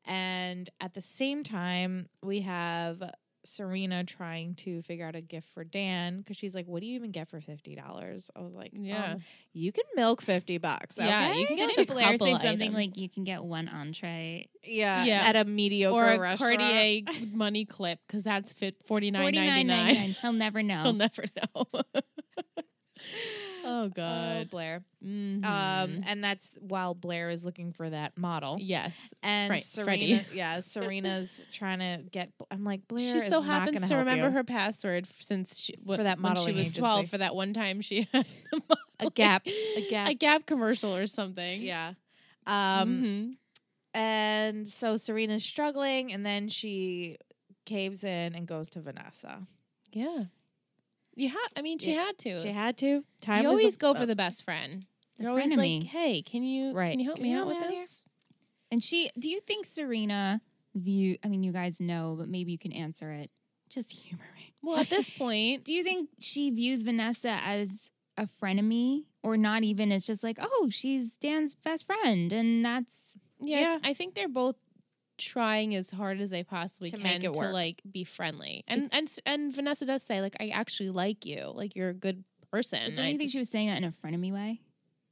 Speaker 1: And at the same time, we have Serena trying to figure out a gift for Dan because she's like, "What do you even get for fifty dollars?" I was like,
Speaker 2: Yeah.
Speaker 1: um, you can milk fifty bucks." Okay?
Speaker 2: Yeah, you can get like a
Speaker 3: Blair
Speaker 2: couple
Speaker 3: say something
Speaker 2: items.
Speaker 3: like, "You can get one entree."
Speaker 1: Yeah,
Speaker 2: Yeah.
Speaker 1: at a mediocre
Speaker 2: or a
Speaker 1: restaurant. [LAUGHS]
Speaker 2: Cartier money clip because that's fit forty nine ninety nine.
Speaker 3: $49.99. He'll never know.
Speaker 2: He'll never know. [LAUGHS] oh
Speaker 1: Oh,
Speaker 2: God.
Speaker 1: Blair. Um,
Speaker 2: Mhm.
Speaker 1: and that's while Blair is looking for that model.
Speaker 2: yes,
Speaker 1: And
Speaker 2: Fre-
Speaker 1: Serena,
Speaker 2: Freddie.
Speaker 1: [LAUGHS] yeah, Serena's trying to get. I'm like Blair.
Speaker 2: she
Speaker 1: is
Speaker 2: so
Speaker 1: not
Speaker 2: happens
Speaker 1: gonna
Speaker 2: to
Speaker 1: help
Speaker 2: remember
Speaker 1: you.
Speaker 2: her password f- since she, wh-
Speaker 1: For that
Speaker 2: when she
Speaker 1: modeling
Speaker 2: was
Speaker 1: agency.
Speaker 2: twelve. For that one time she [LAUGHS] had
Speaker 1: a
Speaker 2: [LAUGHS]
Speaker 1: gap, a gap.
Speaker 2: a Gap commercial or something.
Speaker 1: yeah. Um,
Speaker 2: Um.
Speaker 1: and so Serena's struggling, and then she caves in and goes to Vanessa.
Speaker 2: Yeah. Mm-hmm. You had. I mean, she
Speaker 1: Yeah.
Speaker 2: had to.
Speaker 1: She had to. Time.
Speaker 2: you
Speaker 1: was
Speaker 2: always
Speaker 1: a- uh,
Speaker 2: go for the best friend.
Speaker 3: The
Speaker 2: You're always
Speaker 3: frenemy.
Speaker 2: like, hey, can you
Speaker 1: Right.
Speaker 2: can you help
Speaker 1: Can
Speaker 2: me
Speaker 1: you
Speaker 2: out
Speaker 1: help
Speaker 2: with
Speaker 1: me out here?
Speaker 2: this?
Speaker 3: And she, do you think Serena view? I mean, you guys know, but maybe you can answer it. Just humor me.
Speaker 2: Well,
Speaker 1: [LAUGHS]
Speaker 2: at this point,
Speaker 3: Do you think she views Vanessa as a frenemy, or not even? It's just like, oh, she's Dan's best friend, and that's
Speaker 2: yeah, I, th- I think they're both trying as hard as they possibly
Speaker 1: To
Speaker 2: can
Speaker 1: make it
Speaker 2: to
Speaker 1: work.
Speaker 2: like be friendly. And and s- and Vanessa does say like, I actually like you. Like you're a good person.
Speaker 3: But don't
Speaker 2: I
Speaker 3: you think she was
Speaker 2: just-
Speaker 3: saying that in a frenemy way?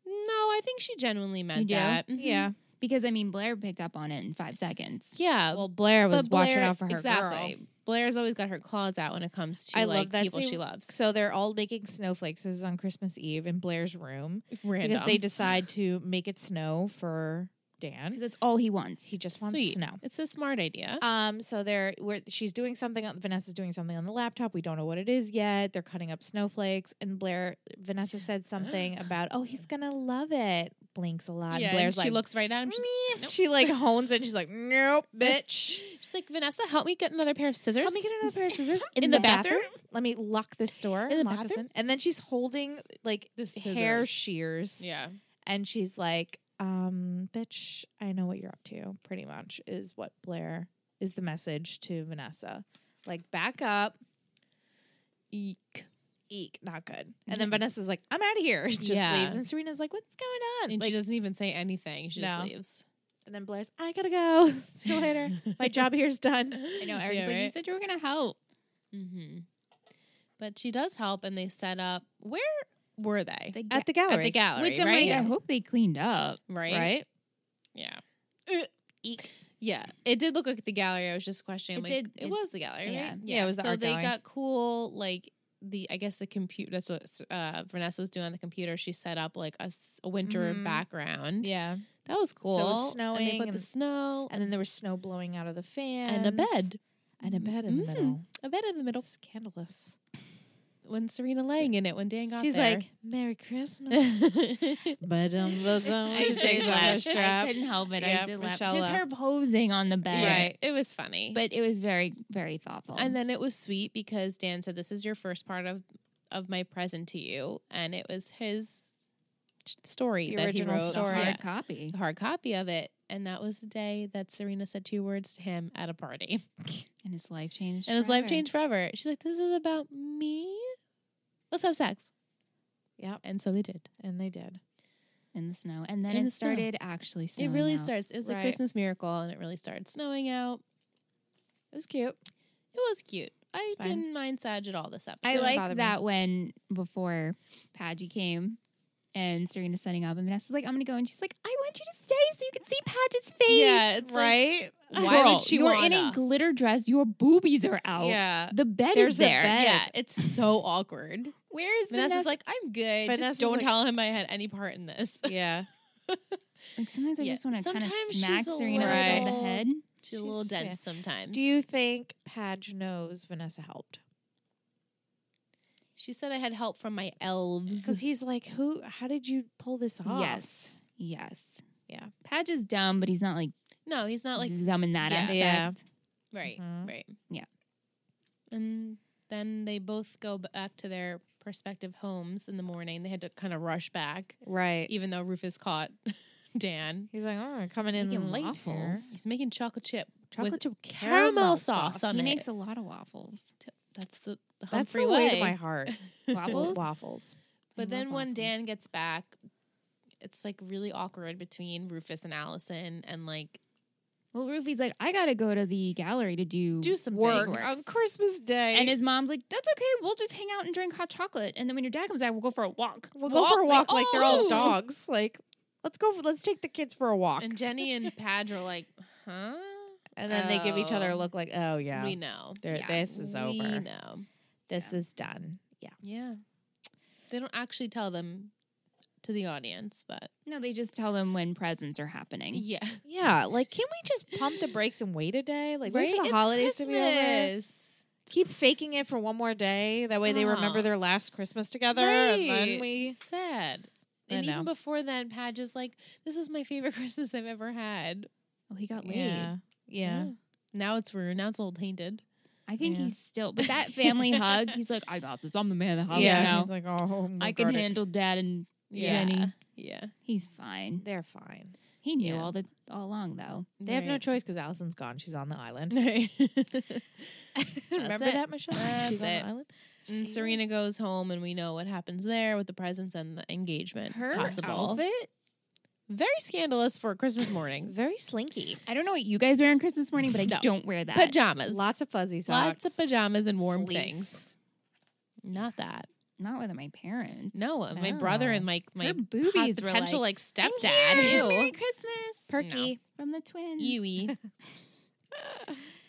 Speaker 2: No, I think she genuinely meant
Speaker 3: do?
Speaker 2: that. Mhm.
Speaker 1: Yeah.
Speaker 3: Because I mean, Blair picked up on it in five seconds.
Speaker 2: yeah.
Speaker 1: Well, Blair was
Speaker 2: but Blair,
Speaker 1: watching out for her girl.
Speaker 2: exactly. Blair's always got her claws out when it comes to
Speaker 1: I love
Speaker 2: like
Speaker 1: that
Speaker 2: people
Speaker 1: scene. [LAUGHS]
Speaker 2: she loves.
Speaker 1: So they're all making snowflakes. This is on Christmas Eve in Blair's room
Speaker 2: Random.
Speaker 1: because they decide to make it snow for Dan.
Speaker 3: Because that's all he wants.
Speaker 1: He just wants
Speaker 2: Sweet.
Speaker 1: snow.
Speaker 2: It's a smart idea.
Speaker 1: Um, so they're we're, she's doing something. on- Vanessa's doing something on the laptop. We don't know what it is yet. They're cutting up snowflakes, and Blair Vanessa
Speaker 2: [GASPS]
Speaker 1: said something about, "Oh, he's gonna love it." Blinks a lot. and
Speaker 2: yeah, and
Speaker 1: Blair's
Speaker 2: she
Speaker 1: like,
Speaker 2: looks right at him. She's,
Speaker 1: "Meep."
Speaker 2: "Nope."
Speaker 1: she
Speaker 2: [LAUGHS]
Speaker 1: like hones and she's like, "Nope, bitch."
Speaker 2: [GASPS] she's like, Vanessa, help me get another pair of scissors.
Speaker 1: Let me get another pair of scissors
Speaker 2: [LAUGHS] In the bathroom?
Speaker 1: Let me lock this door.
Speaker 2: In the
Speaker 1: lock this
Speaker 2: bathroom?
Speaker 1: and then she's holding like
Speaker 2: The
Speaker 1: hair
Speaker 2: scissors.
Speaker 1: shears,
Speaker 2: yeah.
Speaker 1: and she's like, um, "Bitch, I know what you're up to." Pretty much is what Blair is the message to Vanessa. Like, back up,
Speaker 2: Eek.
Speaker 1: eek, not good. And then Vanessa's like, "I'm out of here," [LAUGHS] just
Speaker 2: Yeah.
Speaker 1: leaves, and Serena's like, "What's going on?"
Speaker 2: And
Speaker 1: like,
Speaker 2: she doesn't even say anything. She
Speaker 1: No.
Speaker 2: just leaves.
Speaker 1: and then Blair's, "I gotta go. [LAUGHS] See you later.
Speaker 2: [LAUGHS]
Speaker 1: My job here's done."
Speaker 3: I [LAUGHS] know. Eric's like, you said you were gonna help.
Speaker 2: hmm But she does help, and they set up. Where were they?
Speaker 3: The ga-
Speaker 1: At the gallery,
Speaker 2: At the gallery,
Speaker 3: Which I'm
Speaker 2: right?
Speaker 3: like, I hope they cleaned up.
Speaker 2: right?
Speaker 1: right?
Speaker 2: Yeah.
Speaker 1: Eek.
Speaker 2: Yeah. It did look like the gallery. I was just questioning.
Speaker 3: It
Speaker 2: like,
Speaker 3: did-
Speaker 2: It
Speaker 3: it-
Speaker 2: was the gallery,
Speaker 3: yeah.
Speaker 2: right?
Speaker 1: Yeah, it was the
Speaker 2: so
Speaker 1: art
Speaker 2: they
Speaker 1: gallery.
Speaker 2: got cool, like the I guess the computer. That's what uh, Vanessa was doing on the computer. She set up like a, s- a winter
Speaker 1: Mhm.
Speaker 2: background.
Speaker 1: Yeah.
Speaker 2: That was cool. and
Speaker 1: snowing
Speaker 2: they put the
Speaker 1: and-
Speaker 2: snow
Speaker 1: And then there was snow blowing out of the fan
Speaker 2: and a bed,
Speaker 1: And a bed in the
Speaker 2: Mhm.
Speaker 1: middle.
Speaker 2: a bed in the middle.
Speaker 1: Scandalous.
Speaker 2: When Serena laying in it when Dan got
Speaker 1: She's
Speaker 2: there, [LAUGHS]
Speaker 1: like, Merry Christmas. but um, but um, [LAUGHS] she
Speaker 2: did
Speaker 1: takes off
Speaker 2: laugh.
Speaker 1: her
Speaker 2: I
Speaker 1: strap.
Speaker 3: I couldn't help it.
Speaker 1: Yeah,
Speaker 3: I did laugh.
Speaker 1: Michelle
Speaker 3: Just
Speaker 1: laughed.
Speaker 3: her posing on the bed.
Speaker 2: right? It was funny,
Speaker 3: But it was very, very thoughtful.
Speaker 1: um,
Speaker 2: and then it was sweet because Dan said, "This is your first part of of my present to you," and it was his story
Speaker 1: The
Speaker 2: that
Speaker 1: original
Speaker 2: he wrote.
Speaker 3: a hard
Speaker 1: story.
Speaker 2: Yeah.
Speaker 3: copy.
Speaker 2: a hard copy of it. And that was the day that Serena said two words to him at
Speaker 1: [LAUGHS]
Speaker 2: a party.
Speaker 3: And his life changed.
Speaker 2: And his life
Speaker 3: forever.
Speaker 2: changed forever. She's like, This is about me. Let's have sex.
Speaker 1: Yep.
Speaker 2: And so they did.
Speaker 1: And they did.
Speaker 3: in the snow. And then
Speaker 2: In the
Speaker 3: it
Speaker 2: snow.
Speaker 3: started actually
Speaker 2: it
Speaker 3: snowing.
Speaker 2: really
Speaker 3: out.
Speaker 2: starts. It was a
Speaker 1: Right.
Speaker 2: Christmas miracle and it really started snowing out.
Speaker 1: It was cute.
Speaker 2: It was cute. I
Speaker 1: It's fine.
Speaker 2: didn't mind Sag at all this episode.
Speaker 3: I
Speaker 1: didn't bother
Speaker 3: like
Speaker 1: me.
Speaker 3: that when before Padgy came and Serena's setting up, and Vanessa's like, "I'm gonna go," and she's like, "I want you to stay so you can see Padgett's face."
Speaker 2: Yeah, it's like,
Speaker 1: right? [LAUGHS]
Speaker 2: why
Speaker 3: Girl,
Speaker 2: would she
Speaker 3: You're in a
Speaker 2: wanna?
Speaker 3: glitter dress. Your boobies are out.
Speaker 1: yeah.
Speaker 3: The bed
Speaker 1: There's
Speaker 3: is
Speaker 1: a
Speaker 3: there.
Speaker 1: bed.
Speaker 2: yeah, it's so awkward.
Speaker 3: Where is
Speaker 2: Vanessa's
Speaker 3: Vanessa?
Speaker 2: like, I'm good.
Speaker 1: Vanessa's
Speaker 2: Just don't
Speaker 1: like-
Speaker 2: tell him I had any part in this. [LAUGHS]
Speaker 1: Yeah.
Speaker 3: Like, sometimes I
Speaker 2: yeah,
Speaker 3: just want to kind of
Speaker 2: sometimes she's
Speaker 3: smack
Speaker 2: a
Speaker 3: Serena
Speaker 1: little-
Speaker 3: over the head.
Speaker 2: She's a little
Speaker 1: She's- yeah.
Speaker 2: dense sometimes.
Speaker 1: [LAUGHS] Do you think Padge knows Vanessa helped?
Speaker 2: she said I had help from my elves.
Speaker 1: Because he's like, who? How did you pull this off?
Speaker 3: Yes, yes,
Speaker 1: Yeah.
Speaker 3: Padge is dumb, but he's not like,
Speaker 2: No, he's not like
Speaker 3: dumb in that
Speaker 2: yeah.
Speaker 3: aspect.
Speaker 1: Yeah.
Speaker 2: Right,
Speaker 1: Mhm.
Speaker 2: right.
Speaker 3: Yeah.
Speaker 2: And then they both go b- back to their prospective homes in the morning. They had to kind of rush back,
Speaker 1: Right.
Speaker 2: even though Rufus caught [LAUGHS] Dan.
Speaker 1: He's like, oh, coming
Speaker 3: He's
Speaker 1: in
Speaker 3: making
Speaker 1: late. here.
Speaker 3: waffles.
Speaker 2: He's making chocolate chip.
Speaker 1: Chocolate
Speaker 2: With
Speaker 1: chip
Speaker 2: caramel
Speaker 1: caramel
Speaker 2: sauce
Speaker 1: sauce.
Speaker 2: on
Speaker 3: He
Speaker 2: it.
Speaker 3: makes a lot of waffles.
Speaker 1: [LAUGHS]
Speaker 2: That's the, the
Speaker 1: That's
Speaker 2: Humphrey
Speaker 1: the way.
Speaker 2: way.
Speaker 1: to my [LAUGHS] heart.
Speaker 3: Waffles.
Speaker 1: Waffles.
Speaker 2: But
Speaker 3: love
Speaker 2: then when
Speaker 3: waffles.
Speaker 2: Dan gets back, it's like really awkward between Rufus and Allison, and like
Speaker 3: Well, Rufy's like, I gotta go to the gallery to do,
Speaker 2: do some
Speaker 1: Work
Speaker 2: things.
Speaker 1: on Christmas Day.
Speaker 3: And his mom's like, That's okay. We'll just hang out and drink hot chocolate. And then when your dad comes back, we'll go for a walk.
Speaker 1: we'll go for a
Speaker 2: walk,
Speaker 1: walk
Speaker 2: like,
Speaker 1: like they're all
Speaker 3: oh.
Speaker 1: dogs. Like, let's go. For, let's take the kids for a walk.
Speaker 2: And Jenny and Padge are like, huh?
Speaker 1: And then they give each other a
Speaker 2: Oh.
Speaker 1: look like, oh yeah,
Speaker 2: We know.
Speaker 1: they're-
Speaker 3: Yeah,
Speaker 1: this is
Speaker 2: we
Speaker 1: over.
Speaker 2: know.
Speaker 1: This is done. Yeah.
Speaker 2: Yeah. They don't actually tell them to the audience, but
Speaker 3: No, they just tell them when presents are happening.
Speaker 2: yeah.
Speaker 1: Yeah, like can we just pump the brakes and wait a day? Like wait for the
Speaker 2: It's
Speaker 1: holidays to be over.
Speaker 2: Christmas.
Speaker 1: Keep faking it for one more day. That way they remember
Speaker 2: Ah.
Speaker 1: their last Christmas together, and
Speaker 2: Right.
Speaker 1: then we
Speaker 2: sad.
Speaker 1: I
Speaker 2: And even
Speaker 1: know.
Speaker 2: before then, Padge is like, "This is my favorite [LAUGHS] Christmas I've ever had."
Speaker 3: Well, he got laid.
Speaker 1: yeah, yeah,
Speaker 2: Now it's ruined. Now it's all tainted.
Speaker 3: I think
Speaker 1: Yeah.
Speaker 3: he's still, but that family hug, he's like, I got this. I'm the man of the house
Speaker 1: yeah.
Speaker 3: now.
Speaker 1: He's like, oh,
Speaker 3: I
Speaker 1: my
Speaker 3: can
Speaker 1: God,
Speaker 3: handle dad and
Speaker 2: Yeah.
Speaker 3: Jenny.
Speaker 2: Yeah.
Speaker 3: He's fine.
Speaker 1: They're fine.
Speaker 3: He knew
Speaker 2: Yeah.
Speaker 3: all the all along though.
Speaker 1: They have no choice because Allison's gone. She's on the
Speaker 2: [LAUGHS]
Speaker 1: island.
Speaker 2: Right.
Speaker 1: [LAUGHS] remember
Speaker 2: it.
Speaker 1: that, Michelle?
Speaker 2: That's
Speaker 1: She's on
Speaker 2: it.
Speaker 1: the island.
Speaker 2: and
Speaker 3: She
Speaker 2: Serena
Speaker 3: is-
Speaker 2: goes home, and we know what happens there with the presents and the engagement.
Speaker 3: Her
Speaker 2: possible.
Speaker 3: outfit.
Speaker 2: very scandalous for Christmas morning.
Speaker 1: Very slinky.
Speaker 3: I don't know what you guys wear on Christmas morning, but I
Speaker 2: No.
Speaker 3: don't wear that.
Speaker 2: Pajamas,
Speaker 1: Lots of fuzzy socks.
Speaker 2: Lots of pajamas and warm
Speaker 1: fleece.
Speaker 2: things. Not that.
Speaker 3: Not with my parents.
Speaker 2: No, my brother and my my
Speaker 3: Her
Speaker 2: pot-
Speaker 3: boobies were
Speaker 2: potential like,
Speaker 3: I'm
Speaker 2: stepdad.
Speaker 3: here. Merry
Speaker 2: Ew. e-
Speaker 3: Christmas.
Speaker 1: Perky.
Speaker 3: from the
Speaker 1: [LAUGHS]
Speaker 3: twins.
Speaker 2: Ewy.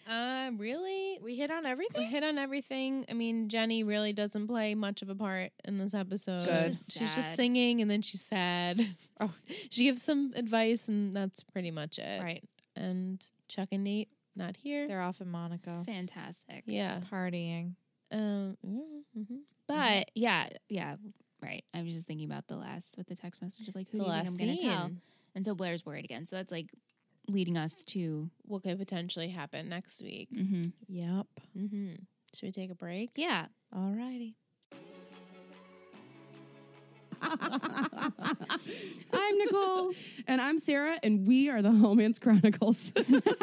Speaker 2: uh, really?
Speaker 1: We hit on
Speaker 2: We
Speaker 1: everything.
Speaker 2: hit on everything. I mean, Jenny really doesn't play much of a part in this episode.
Speaker 1: She's Good.
Speaker 3: just
Speaker 2: She's just
Speaker 3: sad.
Speaker 2: singing and then she's sad.
Speaker 1: [LAUGHS] Oh.
Speaker 2: She gives some advice and that's pretty much it.
Speaker 1: Right.
Speaker 2: And Chuck and Nate not here.
Speaker 1: They're off in Monaco
Speaker 3: Fantastic.
Speaker 2: yeah.
Speaker 1: partying.
Speaker 2: Um, yeah, mhm.
Speaker 3: But yeah, yeah, right. I was just thinking about the last with the text message of like who
Speaker 2: The
Speaker 3: do you think
Speaker 2: last
Speaker 3: I'm gonna
Speaker 2: scene.
Speaker 3: tell. And so Blair's worried again. So that's like leading us to
Speaker 2: What could potentially happen next week?
Speaker 3: mhm.
Speaker 1: Yep.
Speaker 2: Mm-hmm. Should we take a break?
Speaker 3: yeah.
Speaker 1: Alrighty.
Speaker 3: I'm Nicole.
Speaker 4: And I'm Sarah, and we are the Homance Chronicles.
Speaker 5: The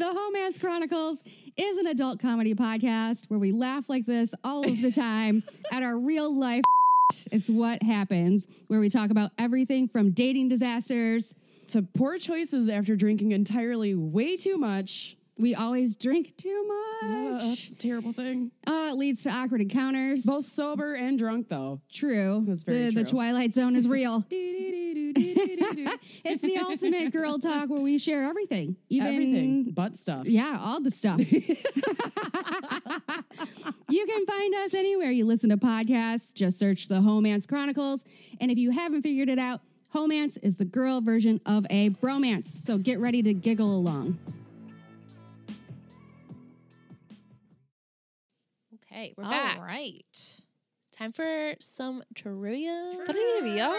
Speaker 5: Homance Chronicles is an adult comedy podcast where we laugh like this all of
Speaker 4: [LAUGHS]
Speaker 5: the time at our real life. [LAUGHS] It's what happens, where we talk about everything from dating disasters
Speaker 4: to poor choices after drinking entirely way too much
Speaker 5: We always drink too much.
Speaker 4: Oh, that's a terrible thing.
Speaker 5: Oh, it leads to awkward encounters.
Speaker 4: Both sober and drunk, [LAUGHS] though.
Speaker 5: true.
Speaker 4: That's very
Speaker 5: the, the
Speaker 4: true.
Speaker 5: Twilight Zone is
Speaker 4: [LAUGHS]
Speaker 5: real.
Speaker 4: Everything
Speaker 5: [LAUGHS] it's the ultimate girl talk where we share everything, even
Speaker 4: but stuff.
Speaker 5: Yeah, all the stuff. you can find us anywhere you listen to podcasts. Just search the Homance Chronicles. And if you haven't figured it out, Homance is the girl version of a bromance. So get ready to giggle along.
Speaker 2: Okay, we're
Speaker 1: All
Speaker 2: back.
Speaker 1: right.
Speaker 2: Time for some trivia.
Speaker 1: Trivia.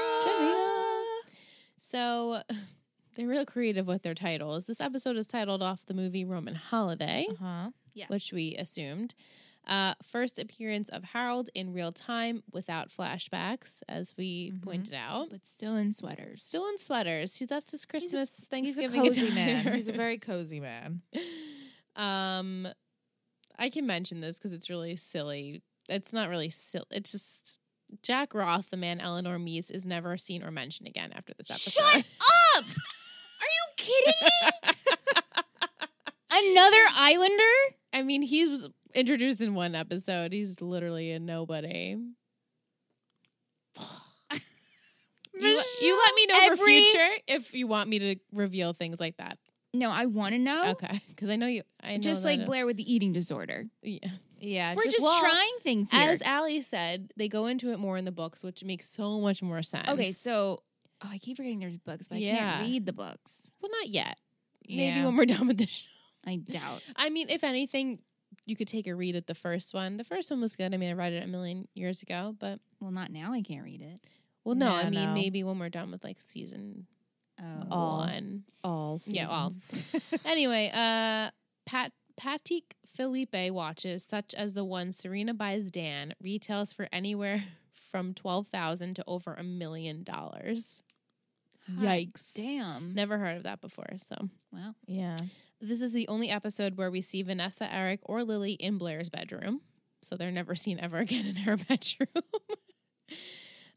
Speaker 2: So [LAUGHS] they're real creative with their titles. This episode is titled off the movie Roman Holiday,
Speaker 1: Uh-huh. Yeah.
Speaker 2: which we assumed. Uh, first appearance of Harold in real time without flashbacks, as we
Speaker 1: Mhm.
Speaker 2: pointed out.
Speaker 3: but still in sweaters.
Speaker 2: Oh. Still in sweaters. He's that's his
Speaker 1: a-
Speaker 2: Christmas
Speaker 1: He's a
Speaker 2: Thanksgiving
Speaker 1: cozy
Speaker 2: attire. [LAUGHS]
Speaker 1: man. He's a very cozy man.
Speaker 2: um I can mention this because it's really silly. It's not really silly. It's just Jack Roth, the man Eleanor meets, is never seen or mentioned again after this episode.
Speaker 3: up! Are you kidding
Speaker 2: [LAUGHS]
Speaker 3: me? Another Islander?
Speaker 2: I mean, he was introduced in one episode. He's literally a [LAUGHS] nobody. you, you let me know for
Speaker 3: Every-
Speaker 2: future if you want me to reveal things like that.
Speaker 3: No, I want to know.
Speaker 2: Okay, because I know you. I know
Speaker 3: Just
Speaker 2: that
Speaker 3: like
Speaker 2: it-
Speaker 3: Blair with the eating disorder.
Speaker 2: Yeah.
Speaker 1: Yeah.
Speaker 3: We're just
Speaker 2: well,
Speaker 3: trying things here.
Speaker 2: As Allie said, they go into it more in the books, which makes so much more sense.
Speaker 3: okay, so oh, I keep forgetting there's books, but I
Speaker 2: Yeah.
Speaker 3: can't read the books.
Speaker 2: well, not yet. Maybe
Speaker 1: Yeah.
Speaker 2: when we're [LAUGHS] done with the show. [LAUGHS]
Speaker 3: I doubt.
Speaker 2: I mean, if anything, you could take a read at the first one. The first one was good. I mean, I read it a million years ago, but
Speaker 3: Well, not now. I can't read it.
Speaker 2: well, no,
Speaker 1: Yeah,
Speaker 2: I mean,
Speaker 1: no.
Speaker 2: maybe when we're done with like season
Speaker 3: Oh.
Speaker 1: All
Speaker 2: one.
Speaker 1: all
Speaker 2: Yeah, all. [LAUGHS] anyway, uh, Pat Patik Felipe watches, such as the one Serena buys Dan, retails for anywhere [LAUGHS] from twelve thousand to over a million dollars.
Speaker 3: Hot
Speaker 2: Yikes!
Speaker 3: Um, Damn.
Speaker 2: Never heard of that before. So
Speaker 3: Wow.
Speaker 1: Yeah.
Speaker 2: this is the only episode where we see Vanessa, Eric, or Lily in Blair's bedroom. So they're never seen ever [LAUGHS] again in her bedroom. [LAUGHS]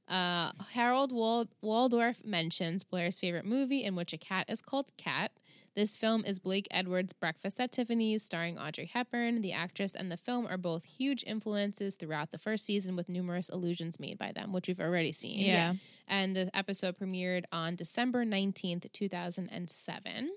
Speaker 2: uh, Harold Wal- Waldorf mentions Blair's favorite movie in which a cat is called Cat. This film is Blake Edwards' Breakfast at Tiffany's, starring Audrey Hepburn. The actress and the film are both huge influences throughout the first season, with numerous allusions made by them, which we've already seen.
Speaker 1: Yeah.
Speaker 2: And the episode premiered on December 19th, 2007.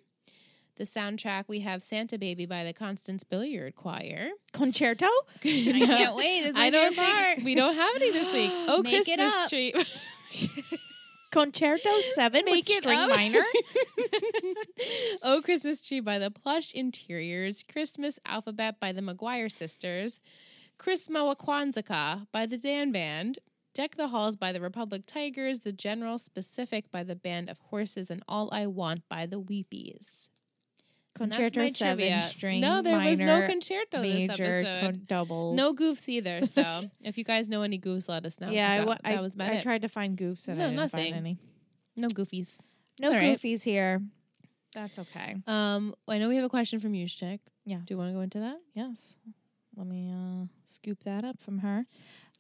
Speaker 2: The soundtrack we have Santa Baby by the Constance Billiard Choir.
Speaker 1: Concerto?
Speaker 3: I [LAUGHS] can't wait. This is
Speaker 2: [LAUGHS]
Speaker 3: my
Speaker 2: I don't
Speaker 3: favorite part.
Speaker 2: think we don't have any this week. Oh,
Speaker 3: Make it
Speaker 2: Christmas
Speaker 3: up.
Speaker 2: tree. [LAUGHS]
Speaker 1: Concerto 7
Speaker 2: Make
Speaker 1: with
Speaker 2: it
Speaker 1: string [LAUGHS]
Speaker 2: up.
Speaker 1: minor?
Speaker 2: oh, Christmas tree by the Plush Interiors. Christmas Alphabet by the McGuire Sisters. Chris Mawakwanzaka by the Dan Band. Deck the Halls by the Republic Tigers. The General Specific by the Band of Horses. And All I Want by the Weepies. And [LAUGHS] that's
Speaker 1: Concerto
Speaker 2: my
Speaker 1: 7
Speaker 2: trivia.
Speaker 1: string
Speaker 2: No, there
Speaker 1: minor,
Speaker 2: was no concerto this
Speaker 1: major,
Speaker 2: episode.
Speaker 1: con- double.
Speaker 2: No goofs either.
Speaker 1: [LAUGHS]
Speaker 2: So if you guys know any goofs, let us know. 'cause
Speaker 1: yeah, I,
Speaker 2: that,
Speaker 1: wa-
Speaker 2: that
Speaker 1: I-
Speaker 2: was about
Speaker 1: I
Speaker 2: it.
Speaker 1: tried to find goofs and
Speaker 2: No,
Speaker 1: I didn't
Speaker 2: nothing.
Speaker 1: find any.
Speaker 2: no goofies.
Speaker 1: No
Speaker 2: all right.
Speaker 1: goofies here. That's okay.
Speaker 2: Um, I know we have a question from Yushchek.
Speaker 1: Yes.
Speaker 2: Do you want to go into that?
Speaker 1: Yes. Let me uh, scoop that up from her.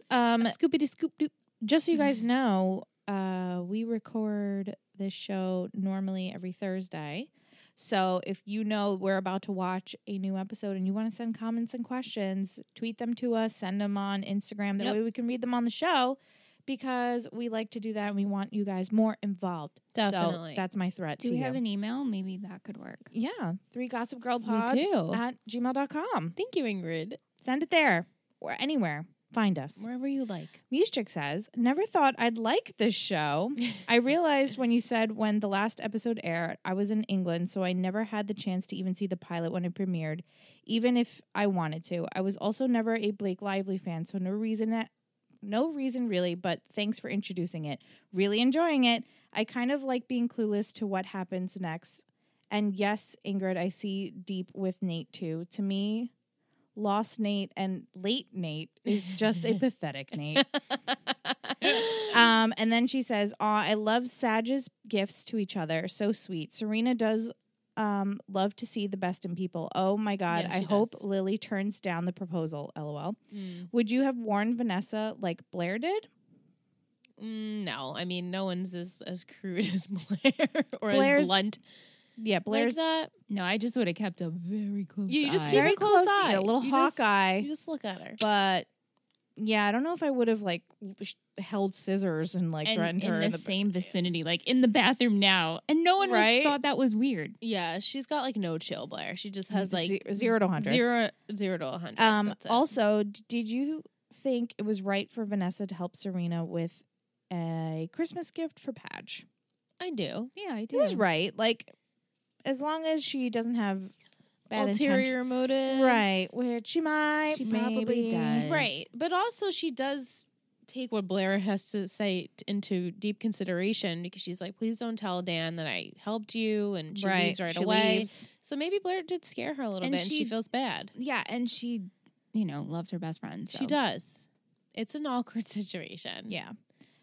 Speaker 1: Um,
Speaker 2: Scoopity scoop doop.
Speaker 1: just so you guys know, uh, we record this show normally every Thursday. So if you know we're about to watch a new episode and you want to send comments and questions, tweet them to us, send them on Instagram. That
Speaker 2: Yep.
Speaker 1: way we can read them on the show because we like to do that and we want you guys more involved.
Speaker 2: Definitely.
Speaker 1: So that's my threat
Speaker 3: [LAUGHS] Do
Speaker 1: to
Speaker 3: we have
Speaker 1: you.
Speaker 3: an email? Maybe that could work.
Speaker 1: yeah. Three gossip girl pod uh,
Speaker 2: We do.
Speaker 1: at gmail.com.
Speaker 2: Thank you, Ingrid.
Speaker 1: Send it there or anywhere. Find us.
Speaker 2: Wherever
Speaker 1: [LAUGHS]
Speaker 2: you like.
Speaker 1: Mushchik says, Never thought I'd like this show.
Speaker 2: [LAUGHS]
Speaker 1: I realized when you said when the last episode aired, I was in England, so I never had the chance to even see the pilot when it premiered, even if I wanted to. I was also never a Blake Lively fan, so no reason that no reason really, but thanks for introducing it. Really enjoying it. I kind of like being clueless to what happens next. And yes, Ingrid, I see deep with Nate too. To me, lost Nate and late Nate is just a pathetic Nate. Um, and then she says, Aw, I love Sag's gifts to each other. So sweet. Serena does um, love to see the best in people. Oh my God.
Speaker 2: Yes,
Speaker 1: I
Speaker 2: she
Speaker 1: hope
Speaker 2: does.
Speaker 1: Lily turns down the proposal. LOL.
Speaker 2: Mm.
Speaker 1: Would you have warned Vanessa like Blair did?
Speaker 2: Mm, no, I mean, no one's as, as crude [LAUGHS] as Blair or as
Speaker 1: Blair's-
Speaker 2: blunt.
Speaker 1: yeah, Blair's
Speaker 2: like that.
Speaker 3: No, I just would have kept a very close
Speaker 2: You, you just
Speaker 3: eye.
Speaker 2: keep
Speaker 1: Very
Speaker 2: a close
Speaker 1: close eye,
Speaker 2: eye.
Speaker 1: a little
Speaker 2: you
Speaker 1: hawk
Speaker 2: just,
Speaker 1: eye.
Speaker 2: You just look at her.
Speaker 1: but yeah, I don't know if I would have like sh- held scissors and like
Speaker 3: and
Speaker 1: threatened
Speaker 3: in
Speaker 1: her
Speaker 3: the,
Speaker 1: in the
Speaker 3: same vicinity, like in the bathroom now, and no one was-
Speaker 1: Right?
Speaker 3: thought that was weird.
Speaker 2: Yeah, she's got like no chill, Blair. She just has like
Speaker 1: Mm, Ze- zero to 100.
Speaker 2: zero, zero to a hundred.
Speaker 1: Um,
Speaker 2: That's it.
Speaker 1: also, d- did you think it was right for Vanessa to help Serena with a Christmas gift for Padge?
Speaker 2: I do
Speaker 3: Yeah, I
Speaker 1: It was right. Like, as long as she doesn't have bad intention-
Speaker 2: ulterior motives,
Speaker 1: right? Which she might,
Speaker 3: She probably
Speaker 1: maybe.
Speaker 3: does.
Speaker 2: Right, but also she does take what Blair has to say t- into deep consideration because she's like, "Please don't tell Dan that I helped you," and she leaves right
Speaker 1: She
Speaker 2: away.
Speaker 1: leaves.
Speaker 2: So maybe Blair did scare her a little
Speaker 3: And
Speaker 2: bit, and she
Speaker 3: she-
Speaker 2: feels bad.
Speaker 3: Yeah, and she, you know, loves her best friend. So.
Speaker 2: She does. It's an [LAUGHS] awkward situation.
Speaker 1: Yeah,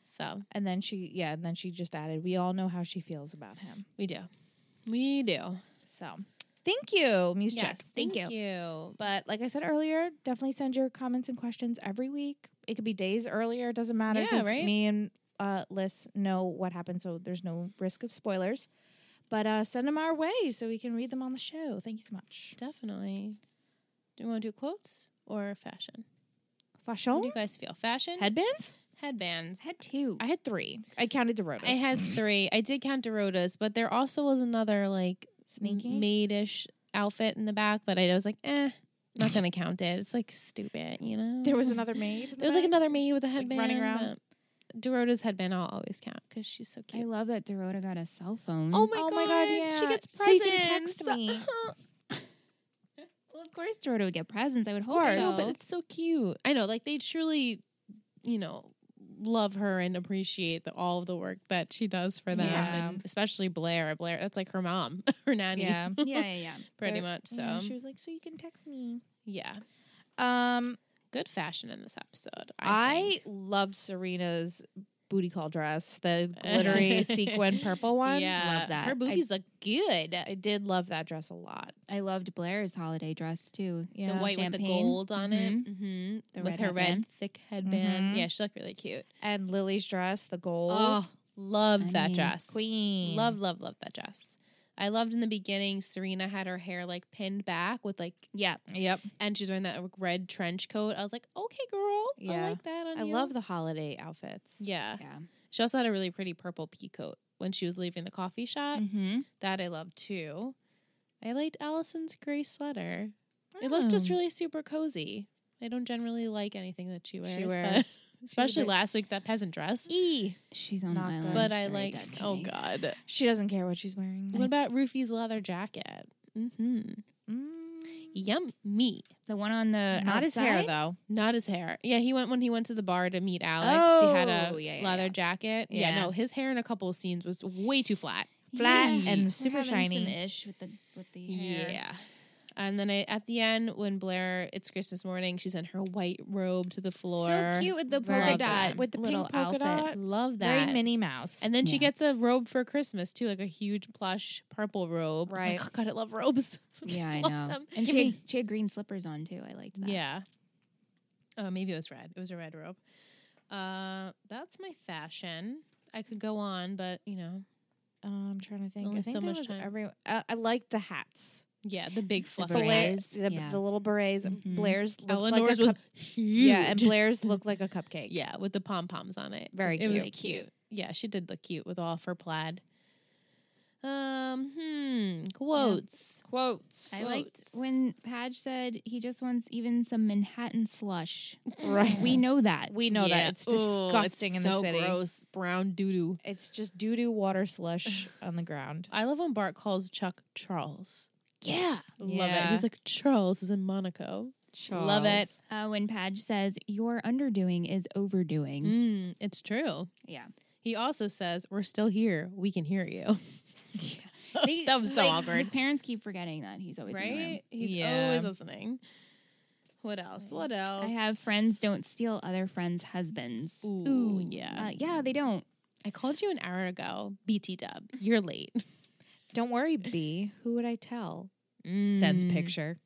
Speaker 2: So
Speaker 1: and then she, yeah, and then she just added, "We all know how she feels about him."
Speaker 2: we do. We do.
Speaker 1: So, thank you, Muse Chick.
Speaker 2: yes.
Speaker 3: thank
Speaker 2: thank
Speaker 3: you.
Speaker 2: you.
Speaker 1: But like I said earlier, definitely send your comments and questions every week. It could be days earlier, it doesn't matter.
Speaker 2: Yeah,
Speaker 1: 'cause
Speaker 2: right?
Speaker 1: Me and uh, Liz know what happened, so there's no risk of spoilers. But uh, send them our way so we can read them on the show. Thank you so much.
Speaker 2: Definitely. Do you want to do quotes or fashion? What do
Speaker 1: Fashion
Speaker 2: you guys feel? Fashion?
Speaker 1: headbands.
Speaker 2: Headbands.
Speaker 3: I had two.
Speaker 1: I had three. I counted the rotas.
Speaker 2: I had three. I did count Dorota's, but there also was another like
Speaker 1: sneaking.
Speaker 2: maidish outfit in the back, but I was like, eh, not gonna count it. It's like stupid, you know.
Speaker 1: There was another [LAUGHS] maid. in the
Speaker 2: There was like
Speaker 1: back.
Speaker 2: another maid with a
Speaker 1: running
Speaker 2: headband
Speaker 1: around.
Speaker 2: but Dorota's headband I'll always count because she's so
Speaker 3: I
Speaker 2: cute.
Speaker 3: love that Dorota got a cell phone.
Speaker 2: Oh my,
Speaker 1: Oh
Speaker 2: god,
Speaker 1: my God,
Speaker 2: She
Speaker 1: yeah.
Speaker 2: gets
Speaker 1: So you
Speaker 2: presents.
Speaker 1: can text me.
Speaker 3: well, of course Dorota would get presents. I would hope
Speaker 1: course.
Speaker 2: [LAUGHS] I know, but
Speaker 3: so.
Speaker 2: it's so cute. I know, like they truly, you know, love her and appreciate the, all of the work that she does for them,
Speaker 1: Yeah.
Speaker 2: and especially Blair. Blair, that's like her mom, [LAUGHS] her nanny,
Speaker 1: Yeah.
Speaker 3: yeah, yeah, yeah.
Speaker 2: pretty
Speaker 1: They're-
Speaker 2: much. So
Speaker 1: Yeah, she was like, "So you can text me."
Speaker 2: yeah,
Speaker 1: Um,
Speaker 2: good fashion in this episode. think.
Speaker 1: I, loved Serena's booty call dress, [LAUGHS] the
Speaker 2: [LAUGHS]
Speaker 1: glittery sequin purple one.
Speaker 2: yeah,
Speaker 3: Love that.
Speaker 2: her
Speaker 3: I-
Speaker 2: boobies look good.
Speaker 1: I did love that dress a lot.
Speaker 3: I loved Blair's holiday dress too.
Speaker 1: Yeah. Mm-hmm.
Speaker 2: the white with the
Speaker 3: Champagne.
Speaker 2: gold on it, hmm
Speaker 3: The
Speaker 2: with
Speaker 3: red
Speaker 2: her red
Speaker 3: headband.
Speaker 2: thick headband.
Speaker 1: Mhm.
Speaker 2: Yeah, she looked really cute.
Speaker 1: and Lily's dress, the gold
Speaker 2: Oh, loved
Speaker 3: I
Speaker 2: that
Speaker 3: mean,
Speaker 2: dress.
Speaker 1: queen.
Speaker 2: Love, love, love that dress. I loved in the beginning. Serena had her hair like pinned back with like,
Speaker 3: Yeah,
Speaker 1: Yep.
Speaker 2: and she's wearing that red trench coat. I was like, okay, girl, I
Speaker 1: Yeah.
Speaker 2: like that on
Speaker 1: I
Speaker 2: you.
Speaker 1: love the holiday outfits.
Speaker 2: Yeah,
Speaker 3: yeah.
Speaker 2: she also had a really pretty purple pea coat when she was leaving the coffee shop.
Speaker 3: Mm-hmm.
Speaker 2: That I loved too. I liked Allison's gray sweater. It looked just
Speaker 3: Oh.
Speaker 2: really super cozy. I don't generally like anything that she wears,
Speaker 1: [LAUGHS] she
Speaker 2: but-
Speaker 1: wears.
Speaker 2: [LAUGHS] especially
Speaker 1: bit-
Speaker 2: last week that peasant dress.
Speaker 1: E.
Speaker 3: She's on
Speaker 1: Not
Speaker 3: my
Speaker 1: good.
Speaker 3: list.
Speaker 2: But I
Speaker 3: Sorry,
Speaker 2: liked.
Speaker 3: Destiny.
Speaker 2: Oh God!
Speaker 1: She doesn't care what she's wearing.
Speaker 2: What about Rufy's leather jacket? Mm-hmm.
Speaker 1: Mm.
Speaker 2: E Yummy.
Speaker 3: the one on the
Speaker 1: Not his hair
Speaker 3: outside?
Speaker 1: though.
Speaker 2: Not his hair. Yeah, he went when he went to the bar to meet Alex. he had
Speaker 3: Oh,
Speaker 2: a
Speaker 3: yeah, yeah,
Speaker 2: leather
Speaker 3: yeah.
Speaker 2: jacket. Yeah.
Speaker 1: Yeah.
Speaker 2: no, his hair in a couple of scenes was way too flat.
Speaker 1: Flat
Speaker 3: Yeah.
Speaker 1: and
Speaker 3: We're
Speaker 1: super
Speaker 3: having
Speaker 1: shiny.
Speaker 3: Some ish with the with the hair.
Speaker 2: Yeah. And then I, at the end, when Blair, it's Christmas morning, she's in her white robe to the floor.
Speaker 3: So cute with the
Speaker 1: Very
Speaker 3: polka
Speaker 2: good.
Speaker 3: dot
Speaker 1: With the
Speaker 3: little
Speaker 1: pink polka
Speaker 3: outfit.
Speaker 2: [LAUGHS]
Speaker 1: dot.
Speaker 2: Love that.
Speaker 1: Very Minnie Mouse.
Speaker 2: And then she
Speaker 3: Yeah.
Speaker 2: gets a robe for Christmas too, like a huge plush purple robe. I'm
Speaker 1: Right.
Speaker 2: Like, oh, God, I love robes. [LAUGHS] I just
Speaker 3: Yeah, I
Speaker 2: love
Speaker 3: know.
Speaker 2: them.
Speaker 3: And
Speaker 1: Give
Speaker 3: she had,
Speaker 1: me-
Speaker 3: she had green slippers on too. I liked that.
Speaker 2: Yeah. Oh, maybe it was red. It was a red robe. Uh, that's my fashion. I could go on, but you know,
Speaker 1: um, I'm trying to think.
Speaker 2: Only
Speaker 1: I think
Speaker 2: so
Speaker 1: that
Speaker 2: much
Speaker 1: was
Speaker 2: time.
Speaker 1: every. Uh, I liked the hats.
Speaker 2: yeah, the big fluffy.
Speaker 3: beret.
Speaker 1: Blair's,
Speaker 3: Berets,
Speaker 1: the,
Speaker 3: yeah.
Speaker 1: the little berets. um,
Speaker 3: Mhm.
Speaker 1: Blair's looked like
Speaker 2: Eleanor's
Speaker 1: a
Speaker 2: was
Speaker 1: cup-
Speaker 2: huge.
Speaker 1: yeah, and
Speaker 2: [LAUGHS]
Speaker 1: Blair's looked like a cupcake.
Speaker 2: yeah, with the pom poms on it.
Speaker 1: Very
Speaker 2: It was
Speaker 1: cute.
Speaker 2: cute. Yeah, she did look cute with all of her plaid. Um, hmm, quotes.
Speaker 1: Quotes.
Speaker 3: I liked
Speaker 2: Floats.
Speaker 3: when Padge said he just wants even some Manhattan slush.
Speaker 1: Right.
Speaker 3: We know that.
Speaker 1: We know
Speaker 2: Yeah.
Speaker 1: that it's
Speaker 2: Ooh,
Speaker 1: disgusting in the
Speaker 2: so
Speaker 1: city.
Speaker 2: Gross brown doo doo.
Speaker 1: It's just doo doo water slush
Speaker 2: [LAUGHS]
Speaker 1: on the ground.
Speaker 2: I love when Bart calls Chuck Charles.
Speaker 1: Yeah.
Speaker 2: Love it. He's like Charles is in Monaco. Love it.
Speaker 3: Uh, when Padge says your underdoing is overdoing.
Speaker 2: Mm, it's true.
Speaker 3: Yeah.
Speaker 2: He also says, "We're still here. We can hear you."
Speaker 3: They-
Speaker 2: That was so
Speaker 3: like,
Speaker 2: awkward.
Speaker 3: His parents keep forgetting that he's always in the room.
Speaker 2: right? He's
Speaker 1: Yeah.
Speaker 2: always listening. What else? What else?
Speaker 3: I have friends don't steal other friends' husbands.
Speaker 2: Ooh,
Speaker 3: Ooh.
Speaker 2: yeah.
Speaker 3: Uh, yeah, they don't.
Speaker 2: I called you an hour ago. BT Dub, you're late.
Speaker 1: Don't worry, B. Who would I tell? Sends
Speaker 2: Mm.
Speaker 1: picture.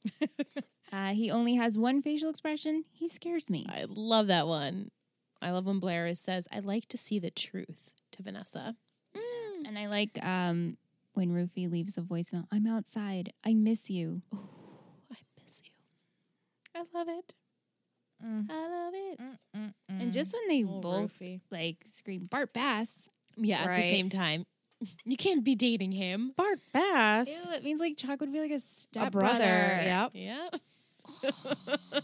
Speaker 3: Uh, he only has one facial expression. He scares me.
Speaker 2: I love that one. I love when
Speaker 1: Mm.
Speaker 2: Blair says, "I like to see the truth" to Vanessa.
Speaker 3: And I like um, when Rufy leaves the voicemail, I'm outside. I miss you.
Speaker 2: Ooh, I miss you. I love it.
Speaker 1: Mm,
Speaker 2: I love it.
Speaker 1: mm, mm,
Speaker 3: And
Speaker 1: mm.
Speaker 3: just when they
Speaker 1: Oh,
Speaker 3: both
Speaker 1: Rufy.
Speaker 3: like scream Bart Bass,
Speaker 2: Yeah, at the
Speaker 1: Right.
Speaker 2: same time. [LAUGHS] You can't be dating him.
Speaker 1: Bart Bass,
Speaker 3: ew, it means like Chuck would be like a
Speaker 1: a
Speaker 3: step
Speaker 1: brother. Yep.
Speaker 2: Yeah.
Speaker 1: Step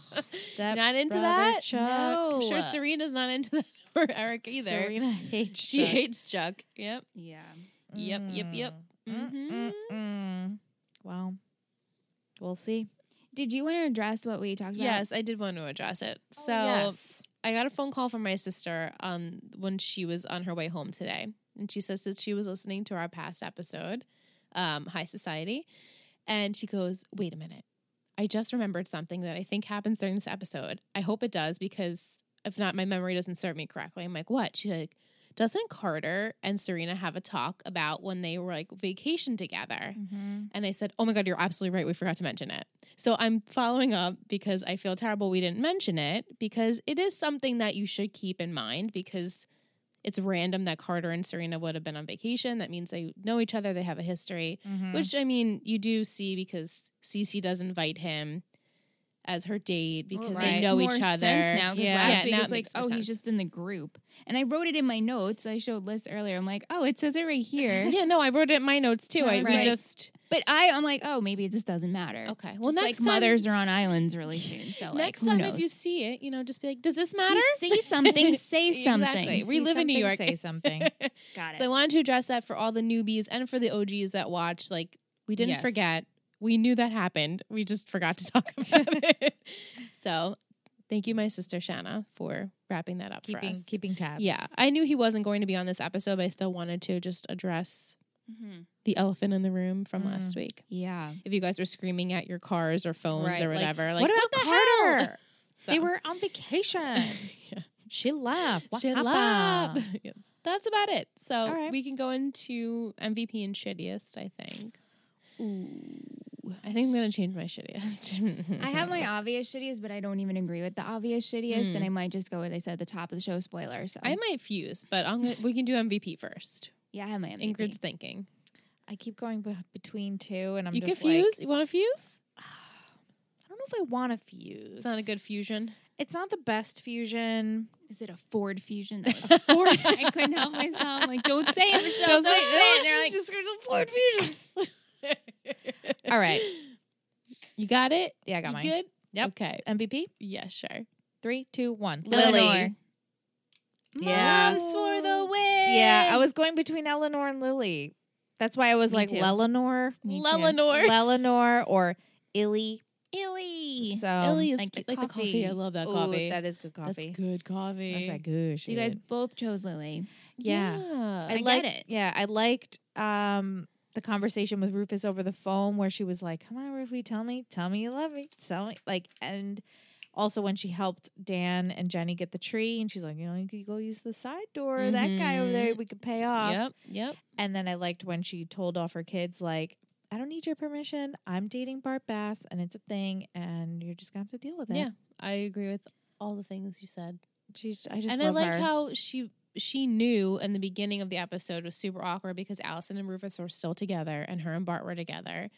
Speaker 2: [LAUGHS] not into
Speaker 1: brother
Speaker 2: that?
Speaker 1: Chuck.
Speaker 2: I'm sure
Speaker 3: No.
Speaker 2: Serena's not into that [LAUGHS] or Eric either.
Speaker 1: Serena hates
Speaker 2: [LAUGHS] She
Speaker 1: Chuck.
Speaker 2: hates Chuck. Yep.
Speaker 3: Yeah.
Speaker 2: Yep, yep, yep.
Speaker 1: Mm, mm,
Speaker 2: Mhm.
Speaker 1: mm, mm. Well, we'll see.
Speaker 3: Did you want to address what we talked about?
Speaker 2: Yes, I did want to address it. So
Speaker 1: Oh, yes.
Speaker 2: I got a phone call from my sister um, when she was on her way home today. And she says that she was listening to our past episode, um, High Society. And she goes, Wait a minute. I just remembered something that I think happens during this episode. I hope it does because if not, my memory doesn't serve me correctly. I'm like, What? She's like, Doesn't Carter and Serena have a talk about when they were like vacation together?
Speaker 1: Mm-hmm.
Speaker 2: And I said, Oh my God, you're absolutely right. We forgot to mention it. So I'm following up because I feel terrible we didn't mention it because it is something that you should keep in mind because it's random that Carter and Serena would have been on vacation. That means they know each other, they have a history,
Speaker 3: Mm.
Speaker 2: which I mean, you do see because Cece does invite him as her date because they
Speaker 1: Right.
Speaker 2: know
Speaker 3: Makes
Speaker 2: each
Speaker 3: more
Speaker 2: other.
Speaker 3: Sense now, 'cause
Speaker 1: Yeah.
Speaker 3: last
Speaker 2: Yeah,
Speaker 3: week
Speaker 2: now
Speaker 3: it
Speaker 2: it
Speaker 3: was like,
Speaker 2: makes more
Speaker 3: oh,
Speaker 2: sense.
Speaker 3: he's just in the group, and I wrote it in my notes. I showed Liz earlier. I'm like, oh, it says it right here.
Speaker 2: [LAUGHS] Yeah, no, I wrote it in my notes too. I
Speaker 3: Right.
Speaker 2: we just
Speaker 3: But I, I'm like, oh, maybe it just doesn't matter.
Speaker 2: okay. Well,
Speaker 3: Well,
Speaker 2: next
Speaker 3: like
Speaker 2: time,
Speaker 3: mothers are on islands really soon. So like,
Speaker 2: next
Speaker 3: who
Speaker 2: time
Speaker 3: knows?
Speaker 2: if you see it, you know, just be like, does this matter?
Speaker 3: You see something, say something.
Speaker 2: Exactly.
Speaker 1: See
Speaker 2: We live in New
Speaker 1: something,
Speaker 2: York.
Speaker 1: Say
Speaker 2: [LAUGHS]
Speaker 1: something.
Speaker 3: Got it.
Speaker 2: So I wanted to address that for all the newbies and for the OGs that watch. Like we didn't
Speaker 1: Yes.
Speaker 2: forget. We knew that happened. We just forgot to [LAUGHS] talk about
Speaker 1: [LAUGHS]
Speaker 2: it. So thank you, my sister Shanna, for wrapping that up for
Speaker 1: keeping
Speaker 2: us.
Speaker 1: keeping tabs.
Speaker 2: yeah, I knew he wasn't going to be on this episode, but I still wanted to just address
Speaker 3: Mhm.
Speaker 2: the elephant in the room from
Speaker 1: Mm.
Speaker 2: last week.
Speaker 3: Yeah.
Speaker 2: If you guys were screaming at your cars or phones
Speaker 1: Right,
Speaker 2: or
Speaker 1: like,
Speaker 2: whatever, like,
Speaker 1: what about
Speaker 2: the hell?"
Speaker 1: Carter?
Speaker 2: So-
Speaker 1: They were on vacation.
Speaker 2: [LAUGHS] Yeah.
Speaker 1: She left. What
Speaker 2: Shit
Speaker 1: happened?
Speaker 3: [LAUGHS]
Speaker 2: lap. Yeah. That's about it. So
Speaker 1: All right.
Speaker 2: we can go into MVP and shittiest, I think. I think I'm gonna change my shittiest.
Speaker 3: [LAUGHS]
Speaker 2: [LAUGHS]
Speaker 3: I have my obvious shittiest, but I don't even agree with the obvious shittiest,
Speaker 2: Mm.
Speaker 3: and I might just go with I said at the top of the show spoiler. So
Speaker 2: I might fuse, but I'm gonna, we can do MVP first.
Speaker 3: yeah, I have my MVP.
Speaker 2: Ingrid's thinking.
Speaker 1: I keep going be- between two, and I'm
Speaker 2: you can
Speaker 1: just
Speaker 2: fuse.
Speaker 1: like,
Speaker 2: you want to fuse?
Speaker 1: [SIGHS] I don't know if I want to fuse.
Speaker 2: It's not a good
Speaker 3: [LAUGHS]
Speaker 2: fusion.
Speaker 1: It's not the best fusion.
Speaker 3: Is it a Ford Fusion? That was
Speaker 2: [LAUGHS]
Speaker 3: Ford. I couldn't help myself. I'm like, don't say it, Michelle. Don't, say it. And they're like,
Speaker 1: just Ford fusion.
Speaker 3: [LAUGHS]
Speaker 1: All right,
Speaker 2: [LAUGHS] You got it.
Speaker 1: yeah, I got
Speaker 2: you
Speaker 1: mine.
Speaker 2: Good.
Speaker 1: Yep.
Speaker 2: Okay.
Speaker 1: MVP.
Speaker 2: Yeah. Sure.
Speaker 1: Three, two, one.
Speaker 2: Lily.
Speaker 3: Eleanor.
Speaker 1: Yeah.
Speaker 3: Moms for the win.
Speaker 1: Yeah, I was going between Eleanor and Lily. That's why I was
Speaker 3: Me
Speaker 1: like
Speaker 3: too.
Speaker 1: Lelanor,
Speaker 3: Me too.
Speaker 2: [LAUGHS] Lelanor.
Speaker 1: Lelanor, or Illy.
Speaker 3: Illy.
Speaker 1: So
Speaker 2: Ellie E. is
Speaker 3: Like
Speaker 2: like,
Speaker 3: the
Speaker 2: the coffee. I
Speaker 3: coffee.
Speaker 2: love that
Speaker 1: Ooh,
Speaker 2: coffee.
Speaker 1: that is good coffee.
Speaker 2: That's good coffee.
Speaker 1: That's that good.
Speaker 3: So you guys
Speaker 1: shit.
Speaker 3: both chose Lily.
Speaker 1: yeah.
Speaker 2: Yeah.
Speaker 3: I get
Speaker 1: liked-
Speaker 3: it.
Speaker 1: Yeah, I liked um the conversation with Rufus over the phone where she was like, "Come on, Rufy, tell me, tell me you love me, tell me." Like, and also when she helped Dan and Jenny get the tree, and she's like, "You know, you could go use the side door. That guy over there, we could pay off."
Speaker 2: Mm-hmm. Yep. Yep.
Speaker 1: And then I liked when she told off her kids, like, "I don't need your permission. I'm dating Bart Bass, and it's a thing, and you're just gonna have to deal with it."
Speaker 2: Yeah, I agree with all the things you said,
Speaker 1: she's. I just
Speaker 2: and I
Speaker 1: love
Speaker 2: like
Speaker 1: her.
Speaker 2: how she she knew in the beginning of the episode was super awkward because Allison and Rufus were still together, and her and Bart were together,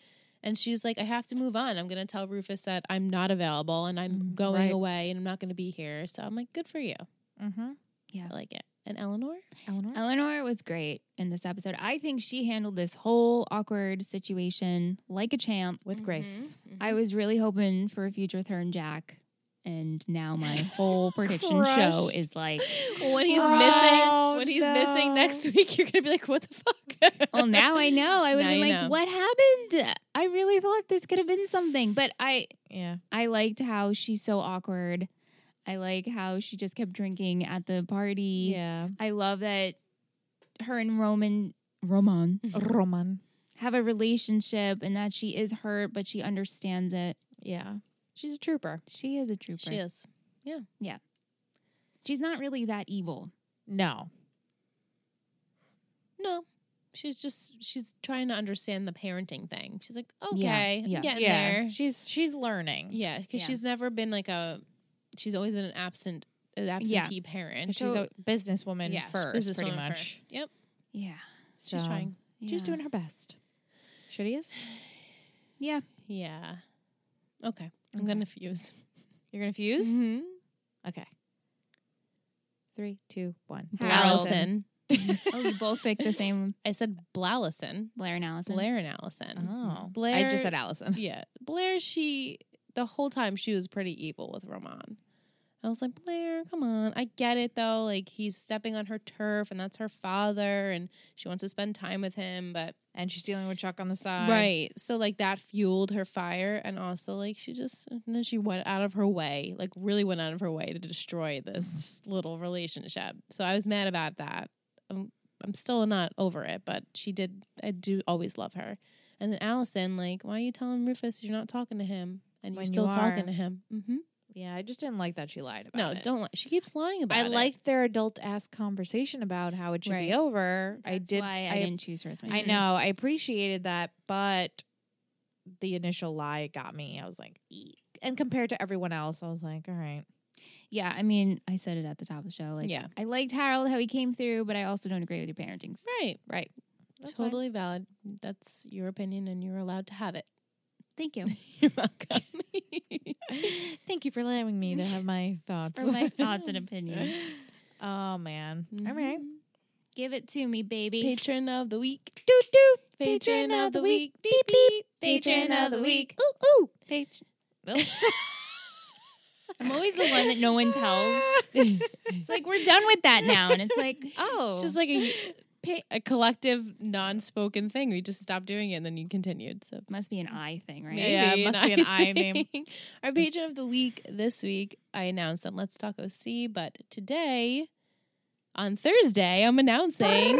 Speaker 2: and she's like, "I have to move on. I'm going to tell Rufus that I'm not available and I'm
Speaker 1: Mm,
Speaker 2: going
Speaker 1: right.
Speaker 2: away and I'm not going to be here." So I'm like, "Good for you.
Speaker 1: Mhm.
Speaker 2: I like it." And Eleanor,
Speaker 1: Eleanor.
Speaker 3: Eleanor was great in this episode. I think she handled this whole awkward situation like a champ.
Speaker 2: Mm-hmm.
Speaker 1: with grace.
Speaker 3: I was really hoping for a future with her and Jack. And now my whole prediction show
Speaker 1: Crushed.
Speaker 3: is like,
Speaker 2: [LAUGHS] when he's
Speaker 1: Crushed,
Speaker 2: missing, when he's missing
Speaker 1: no.
Speaker 2: next [LAUGHS] week, you're going to be like, "What the fuck?"
Speaker 3: well, now I know. I would
Speaker 2: Now
Speaker 3: have been
Speaker 2: you
Speaker 3: like,
Speaker 2: know.
Speaker 3: what happened? I really thought this could have been something. But I,
Speaker 1: Yeah.
Speaker 3: I liked how she's so awkward. I like how she just kept drinking at the party.
Speaker 2: [LAUGHS]
Speaker 1: Yeah.
Speaker 3: I love that her and Roman Roman
Speaker 1: Roman.
Speaker 3: have a relationship and that she is hurt, but she understands it.
Speaker 1: Yeah. She's a trooper.
Speaker 3: She is a trooper.
Speaker 2: [LAUGHS] She is.
Speaker 3: She's not really that evil.
Speaker 1: No.
Speaker 2: No. She's just she's trying to understand the parenting thing. She's like,
Speaker 3: Yeah,
Speaker 2: okay, yeah,
Speaker 3: yeah.
Speaker 2: getting there.
Speaker 1: She's she's learning.
Speaker 2: Yeah, because
Speaker 3: Yeah.
Speaker 2: she's never been like a. She's always been an absent, an absentee parent.
Speaker 1: 'Cause she's a businesswoman
Speaker 2: Yeah, she's
Speaker 1: first,
Speaker 2: businesswoman
Speaker 1: pretty much.
Speaker 2: Yep,
Speaker 3: Yeah.
Speaker 2: she's
Speaker 1: So,
Speaker 2: trying.
Speaker 1: She's
Speaker 3: [LAUGHS] Yeah.
Speaker 1: doing her best. Shittiest?
Speaker 3: Yeah.
Speaker 2: Yeah. Okay. I'm gonna fuse.
Speaker 1: You're gonna fuse?
Speaker 3: Mm-hmm.
Speaker 2: Mhm.
Speaker 1: Okay. Three, two, one.
Speaker 2: Allison.
Speaker 3: [LAUGHS] Oh, you both picked the same
Speaker 2: I said Blallison.
Speaker 3: Blair and Allison.
Speaker 2: Blair and Allison.
Speaker 1: Oh.
Speaker 2: Mm-hmm. Blair.
Speaker 1: I just said [LAUGHS] Allison.
Speaker 2: Yeah. Blair, she, the whole time she was pretty evil with Roman. I was like, Blair, come on. I get it though. Like, he's stepping on her turf and that's her father and she wants to spend time with him. But,
Speaker 1: And she's dealing with Chuck on the side.
Speaker 2: right. So, like, that fueled her fire. And also, like, she just, and then she went out of her way, like, really went out of her way to destroy this little relationship. So I was mad about that. I'm, I'm still not over it, but she did, I do always love her. And then Allison, like, why are you telling Rufus you're not talking to him?
Speaker 1: When
Speaker 2: And you're
Speaker 1: you
Speaker 2: still
Speaker 1: are.
Speaker 2: talking to him. Mm-hmm.
Speaker 1: Yeah, I just didn't like that she lied
Speaker 2: No,
Speaker 1: about it.
Speaker 2: don't lie. She keeps lying about
Speaker 1: I
Speaker 2: it.
Speaker 1: liked their adult ass conversation about how it should
Speaker 2: Right.
Speaker 1: be over. I
Speaker 3: That's
Speaker 1: did.
Speaker 3: Why I, didn't choose her as my.
Speaker 1: I
Speaker 3: choice.
Speaker 1: know. I appreciated that, but the initial lie got me. I was like, "Eek." and compared to everyone else, I was like, all right.
Speaker 3: Yeah, I mean, I said it at the top of the show. Like,
Speaker 2: Yeah.
Speaker 3: I liked Harold how he came through, but I also don't agree with your parenting.
Speaker 2: Right.
Speaker 1: Right. That's fine.
Speaker 2: totally valid. That's your opinion and you're allowed to have it. [LAUGHS]
Speaker 3: Thank [LAUGHS] you
Speaker 2: You're welcome.
Speaker 1: Thank you for allowing me to have my thoughts.
Speaker 3: [LAUGHS] for my thoughts [LAUGHS] and opinions.
Speaker 1: [LAUGHS] oh man. [LAUGHS] All right.
Speaker 2: Mhm.
Speaker 3: Give it to me, baby.
Speaker 2: Patron of the week.
Speaker 1: Doot doot.
Speaker 2: Patron of the week.
Speaker 3: Beep beep. Patron of the week.
Speaker 1: Ooh ooh.
Speaker 3: Patron. [LAUGHS] I'm always the one that no one [LAUGHS] tells. It's like we're done with that now, and it's like, oh,
Speaker 2: It's just like [LAUGHS] a, a collective non spoken thing. We just stopped doing it and then you continued. So
Speaker 3: must be an eye thing, right?
Speaker 1: Yeah. it must be an I name.
Speaker 2: thing. [LAUGHS] Our patron of the week this week, I announced on Let's Talk OC, but today, on Thursday, I'm announcing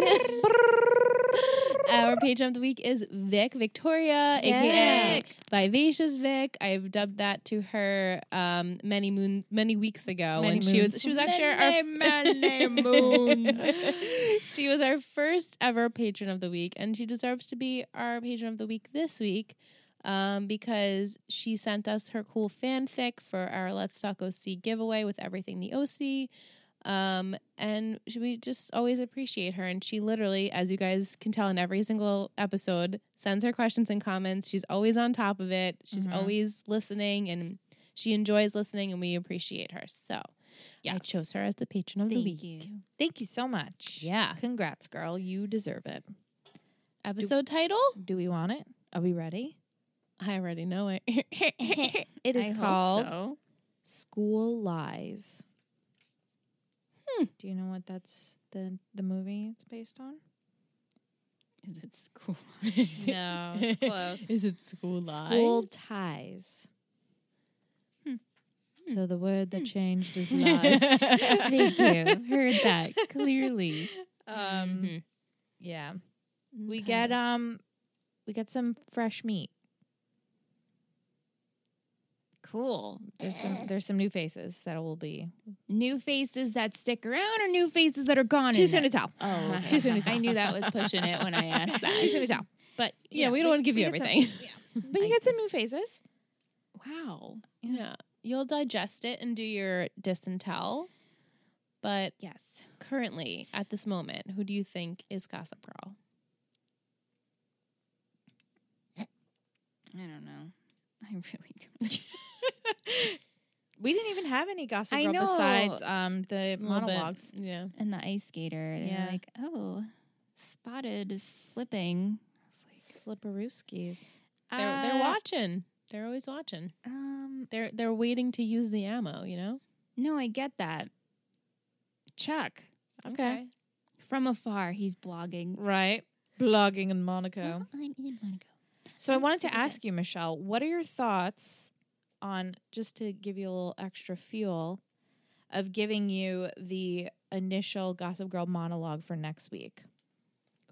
Speaker 2: our patron of the week is Vic Victoria,
Speaker 1: Yeah.
Speaker 2: aka Vivacious Vic. I've dubbed that to her um, many moons, many weeks ago
Speaker 1: Many
Speaker 2: when she was
Speaker 1: moons.
Speaker 2: she was actually
Speaker 1: [LAUGHS]
Speaker 2: our
Speaker 3: Many, many moons.
Speaker 2: [LAUGHS] she was our first ever patron of the week, and she deserves to be our patron of the week this week um, because she sent us her cool fanfic for our Let's Talk OC giveaway with everything the OC. Um, and she- we just always appreciate her. And she literally, as you guys can tell in every single episode, sends her questions and comments. She's always on top of it, she's
Speaker 1: Mhm.
Speaker 2: always listening, and she enjoys listening, and we appreciate her. So I
Speaker 1: Yes.
Speaker 2: chose her as the patron of the week.
Speaker 3: Thank you.
Speaker 1: Thank you so much.
Speaker 2: Yeah.
Speaker 1: Congrats, girl. You deserve it.
Speaker 2: Episode title?
Speaker 1: Do we want it? Are we ready?
Speaker 2: I already know [LAUGHS] it.
Speaker 1: It
Speaker 3: I
Speaker 1: is
Speaker 3: hope
Speaker 1: called
Speaker 3: [LAUGHS]
Speaker 1: [LAUGHS]
Speaker 3: so.
Speaker 1: School Lies. Do you know what that's the the movie it's based on?
Speaker 3: Is it
Speaker 1: [LAUGHS]
Speaker 3: school?
Speaker 2: no, close. Is it school lies?
Speaker 1: School Ties.
Speaker 3: Hmm.
Speaker 1: So the word that changed is lies.
Speaker 3: Thank you. Heard [LAUGHS] that clearly.
Speaker 1: um, Yeah, we get um, we get some fresh meat.
Speaker 3: Cool.
Speaker 1: There's some there's some new faces that will be
Speaker 3: New faces that stick around or new faces that are gone?
Speaker 1: too
Speaker 3: in
Speaker 1: soon
Speaker 3: it?
Speaker 1: to tell.
Speaker 3: Oh, [LAUGHS] okay.
Speaker 1: too soon to tell.
Speaker 3: I knew that was pushing
Speaker 1: [LAUGHS]
Speaker 3: it when I asked
Speaker 1: too
Speaker 3: that.
Speaker 1: soon to tell. But
Speaker 2: Yeah, we don't want to give you
Speaker 1: get some-
Speaker 2: everything.
Speaker 1: [LAUGHS] but you get some new faces.
Speaker 3: Wow.
Speaker 2: yeah, you'll digest it and do your disentel. But
Speaker 3: Yes.
Speaker 2: currently, at this moment, who do you think is Gossip Girl?
Speaker 3: I don't know. I really don't.
Speaker 1: We didn't even have any gossip
Speaker 3: I
Speaker 1: Girl
Speaker 3: know.
Speaker 1: besides um the
Speaker 2: A little bit.
Speaker 1: monologues.
Speaker 2: Yeah.
Speaker 3: [LAUGHS] and the ice skater, they
Speaker 1: Yeah.
Speaker 3: were like, "Oh, spotted is slipping." I was
Speaker 1: Slipperuskis.
Speaker 3: like,
Speaker 2: They're, they're
Speaker 3: "Uh,
Speaker 2: watching. They're always watching.
Speaker 3: Um,
Speaker 2: They're they're waiting to use the ammo, you know?
Speaker 3: no, I get that. Chuck
Speaker 1: Okay.
Speaker 3: from afar, he's blogging. Oh,
Speaker 1: Right. Blogging in Monaco.
Speaker 3: I'm in Monaco.
Speaker 1: So I
Speaker 3: I'm
Speaker 1: wanted
Speaker 3: sick
Speaker 1: to
Speaker 3: of
Speaker 1: ask
Speaker 3: this.
Speaker 1: you, Michelle, what are your thoughts on just to give you a little extra fuel of giving you the initial Gossip Girl monologue for next week?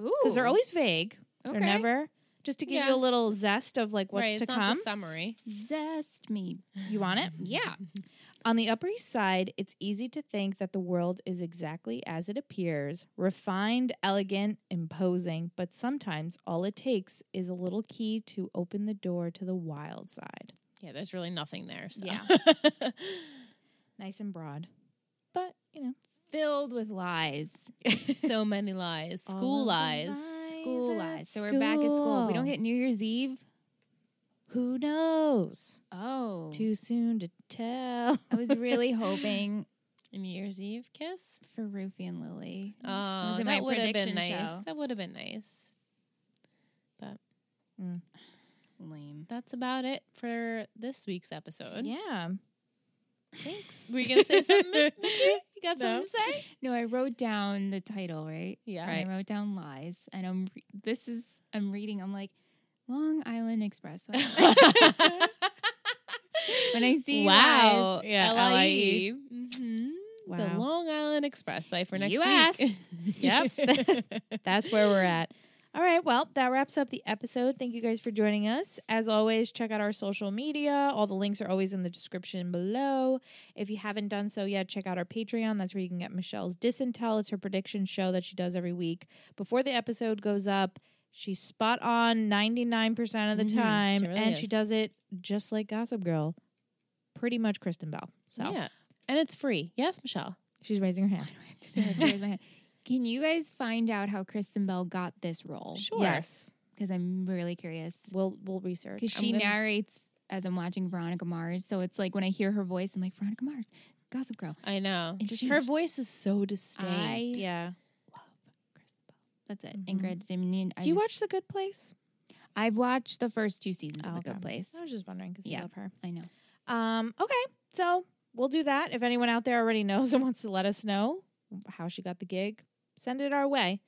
Speaker 3: Ooh,
Speaker 1: Because they're always vague. They're
Speaker 3: Okay.
Speaker 1: never just to give
Speaker 2: Yeah.
Speaker 1: you a little zest of like what's
Speaker 2: right,
Speaker 1: to
Speaker 2: it's not
Speaker 1: come.
Speaker 2: the summary.
Speaker 3: zest me.
Speaker 1: You want it?
Speaker 3: Yeah,
Speaker 1: [LAUGHS] On the Upper East Side, it's easy to think that the world is exactly as it appears refined, elegant, imposing, but sometimes all it takes is a little key to open the door to the wild side.
Speaker 2: Yeah, there's really nothing there. So.
Speaker 1: Yeah. Nice and broad. But, you know,
Speaker 3: filled with lies.
Speaker 2: [LAUGHS] so many lies.
Speaker 1: All
Speaker 2: School
Speaker 1: of the
Speaker 2: lies.
Speaker 3: school lies. So we're back at school. We don't get New Year's Eve.
Speaker 1: Who knows?
Speaker 3: Oh,
Speaker 1: Too soon to tell.
Speaker 3: I was
Speaker 2: [LAUGHS]
Speaker 3: really hoping
Speaker 2: New Year's Eve kiss.
Speaker 3: for Rufy and Lily.
Speaker 2: Oh,
Speaker 3: was in
Speaker 2: that
Speaker 3: Mm-hmm. my
Speaker 2: would have been
Speaker 3: prediction
Speaker 2: nice.
Speaker 3: show.
Speaker 2: That would have been nice.
Speaker 3: Lame.
Speaker 2: That's about it for this week's episode.
Speaker 1: Yeah. Thanks.
Speaker 2: Were you gonna say something, Mi- Mitchie? You got
Speaker 1: No.
Speaker 2: something to say?
Speaker 3: [LAUGHS] No, I wrote down the title right.
Speaker 2: Yeah. [LAUGHS]
Speaker 3: And I wrote down lies, and I'm re- this is I'm reading. I'm like Long Island Expressway.
Speaker 2: [LAUGHS]
Speaker 3: when I see
Speaker 2: wow.
Speaker 3: lies,
Speaker 1: Yeah,
Speaker 2: L-I-E. Mhm. E. The
Speaker 1: Wow.
Speaker 2: Long Island Expressway for next
Speaker 3: You
Speaker 2: week.
Speaker 3: asked.
Speaker 2: [LAUGHS] yep.
Speaker 1: That's where we're
Speaker 2: [GASPS]
Speaker 1: at. All right. Well, that wraps up the episode. Thank you guys for joining us. As always, check out our social media. All the links are always in the description below. If you haven't done so yet, check out our Patreon. That's where you can get Michelle's Disintel. It's her prediction show that she does every week. Before the episode goes up, she's spot on 99% of the
Speaker 2: Mhm. She
Speaker 1: time.
Speaker 2: really
Speaker 1: and
Speaker 2: is.
Speaker 1: she does it just like Gossip Girl, pretty much Kristen Bell. So
Speaker 2: Yeah. And it's free. Yes, Michelle.
Speaker 1: she's raising her hand.
Speaker 3: I have to raise my hand. Can you guys find out how Kristen Bell got this role?
Speaker 2: Sure.
Speaker 1: Yes.
Speaker 3: Because I'm really curious.
Speaker 1: We'll, we'll research.
Speaker 3: Because
Speaker 2: I'm
Speaker 3: she
Speaker 2: gonna-
Speaker 3: narrates as I'm watching Veronica Mars, so it's like when I hear her voice, I'm like Veronica Mars, Gossip Girl.
Speaker 2: I know.
Speaker 3: Interesting.
Speaker 2: Her voice is so distinct.
Speaker 3: I-
Speaker 1: Yeah.
Speaker 3: Love Kristen Bell. That's it.
Speaker 1: Mhm.
Speaker 3: Ingrid Dominion. I
Speaker 1: Do you
Speaker 3: just-
Speaker 1: watch The Good Place?
Speaker 3: I've watched the first two seasons
Speaker 1: Oh,
Speaker 3: of The
Speaker 1: okay.
Speaker 3: Good Place.
Speaker 1: I was just wondering because
Speaker 3: Yeah.
Speaker 1: you love her.
Speaker 3: I know.
Speaker 1: Um, okay, so we'll do that. If anyone out there already [LAUGHS] knows and wants to let us know how she got the gig, send it our way.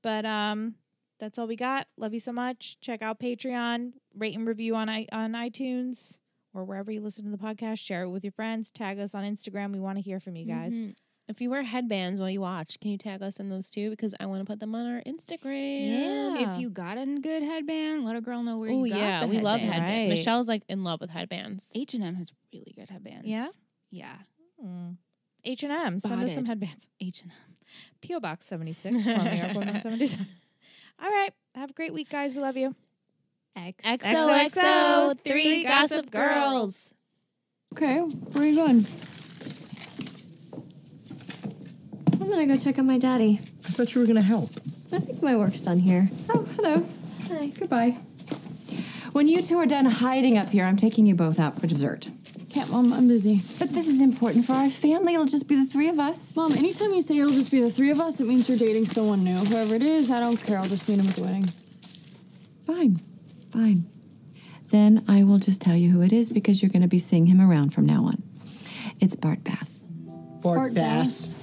Speaker 1: But um, that's all we got. Love you so much. Check out Patreon, rate and review on I- on iTunes or wherever you listen to the podcast. Share it with your friends. Tag us on Instagram. We want to hear from you guys.
Speaker 3: Mm-hmm.
Speaker 2: Mhm. If you wear headbands while you watch, can you tag us in those too? Because I want to put them on our Instagram.
Speaker 1: Yeah.
Speaker 3: If you got a good headband, let a girl know where
Speaker 2: Oh
Speaker 3: you got
Speaker 2: yeah,
Speaker 3: the
Speaker 2: we love
Speaker 3: headband.
Speaker 2: headbands.
Speaker 1: Right.
Speaker 2: Michelle's like in love with headbands.
Speaker 3: H and M has really good headbands.
Speaker 1: Yeah?
Speaker 3: yeah.
Speaker 1: Mm. H and M, send us some
Speaker 3: Spotted.
Speaker 1: headbands.
Speaker 3: H and M.
Speaker 1: PO Box seventy six, Columbia, York,
Speaker 3: [LAUGHS]
Speaker 1: 1177. All right, have a great week, guys. We love you.
Speaker 3: X
Speaker 2: XOXO, three gossip girls.
Speaker 5: Okay, where are you going?
Speaker 6: I'm gonna go check on my daddy.
Speaker 7: I thought you were gonna help.
Speaker 6: I think my work's done here.
Speaker 8: Oh, hello.
Speaker 6: Hi.
Speaker 8: Goodbye. When you two are done hiding up here, I'm taking you both out for dessert.
Speaker 5: Can't, Mom, I'm busy.
Speaker 8: But this is important for our family. It'll just be the three of us.
Speaker 5: Mom, anytime you say it'll just be the three of us, it means you're dating someone new. Whoever it is, I don't care. I'll just see him at the wedding.
Speaker 8: Fine. Fine. Then I will just tell you who it is because you're gonna be seeing him around from now on. It's Bart Bass.
Speaker 7: Bart,
Speaker 5: Bass.
Speaker 7: Bass.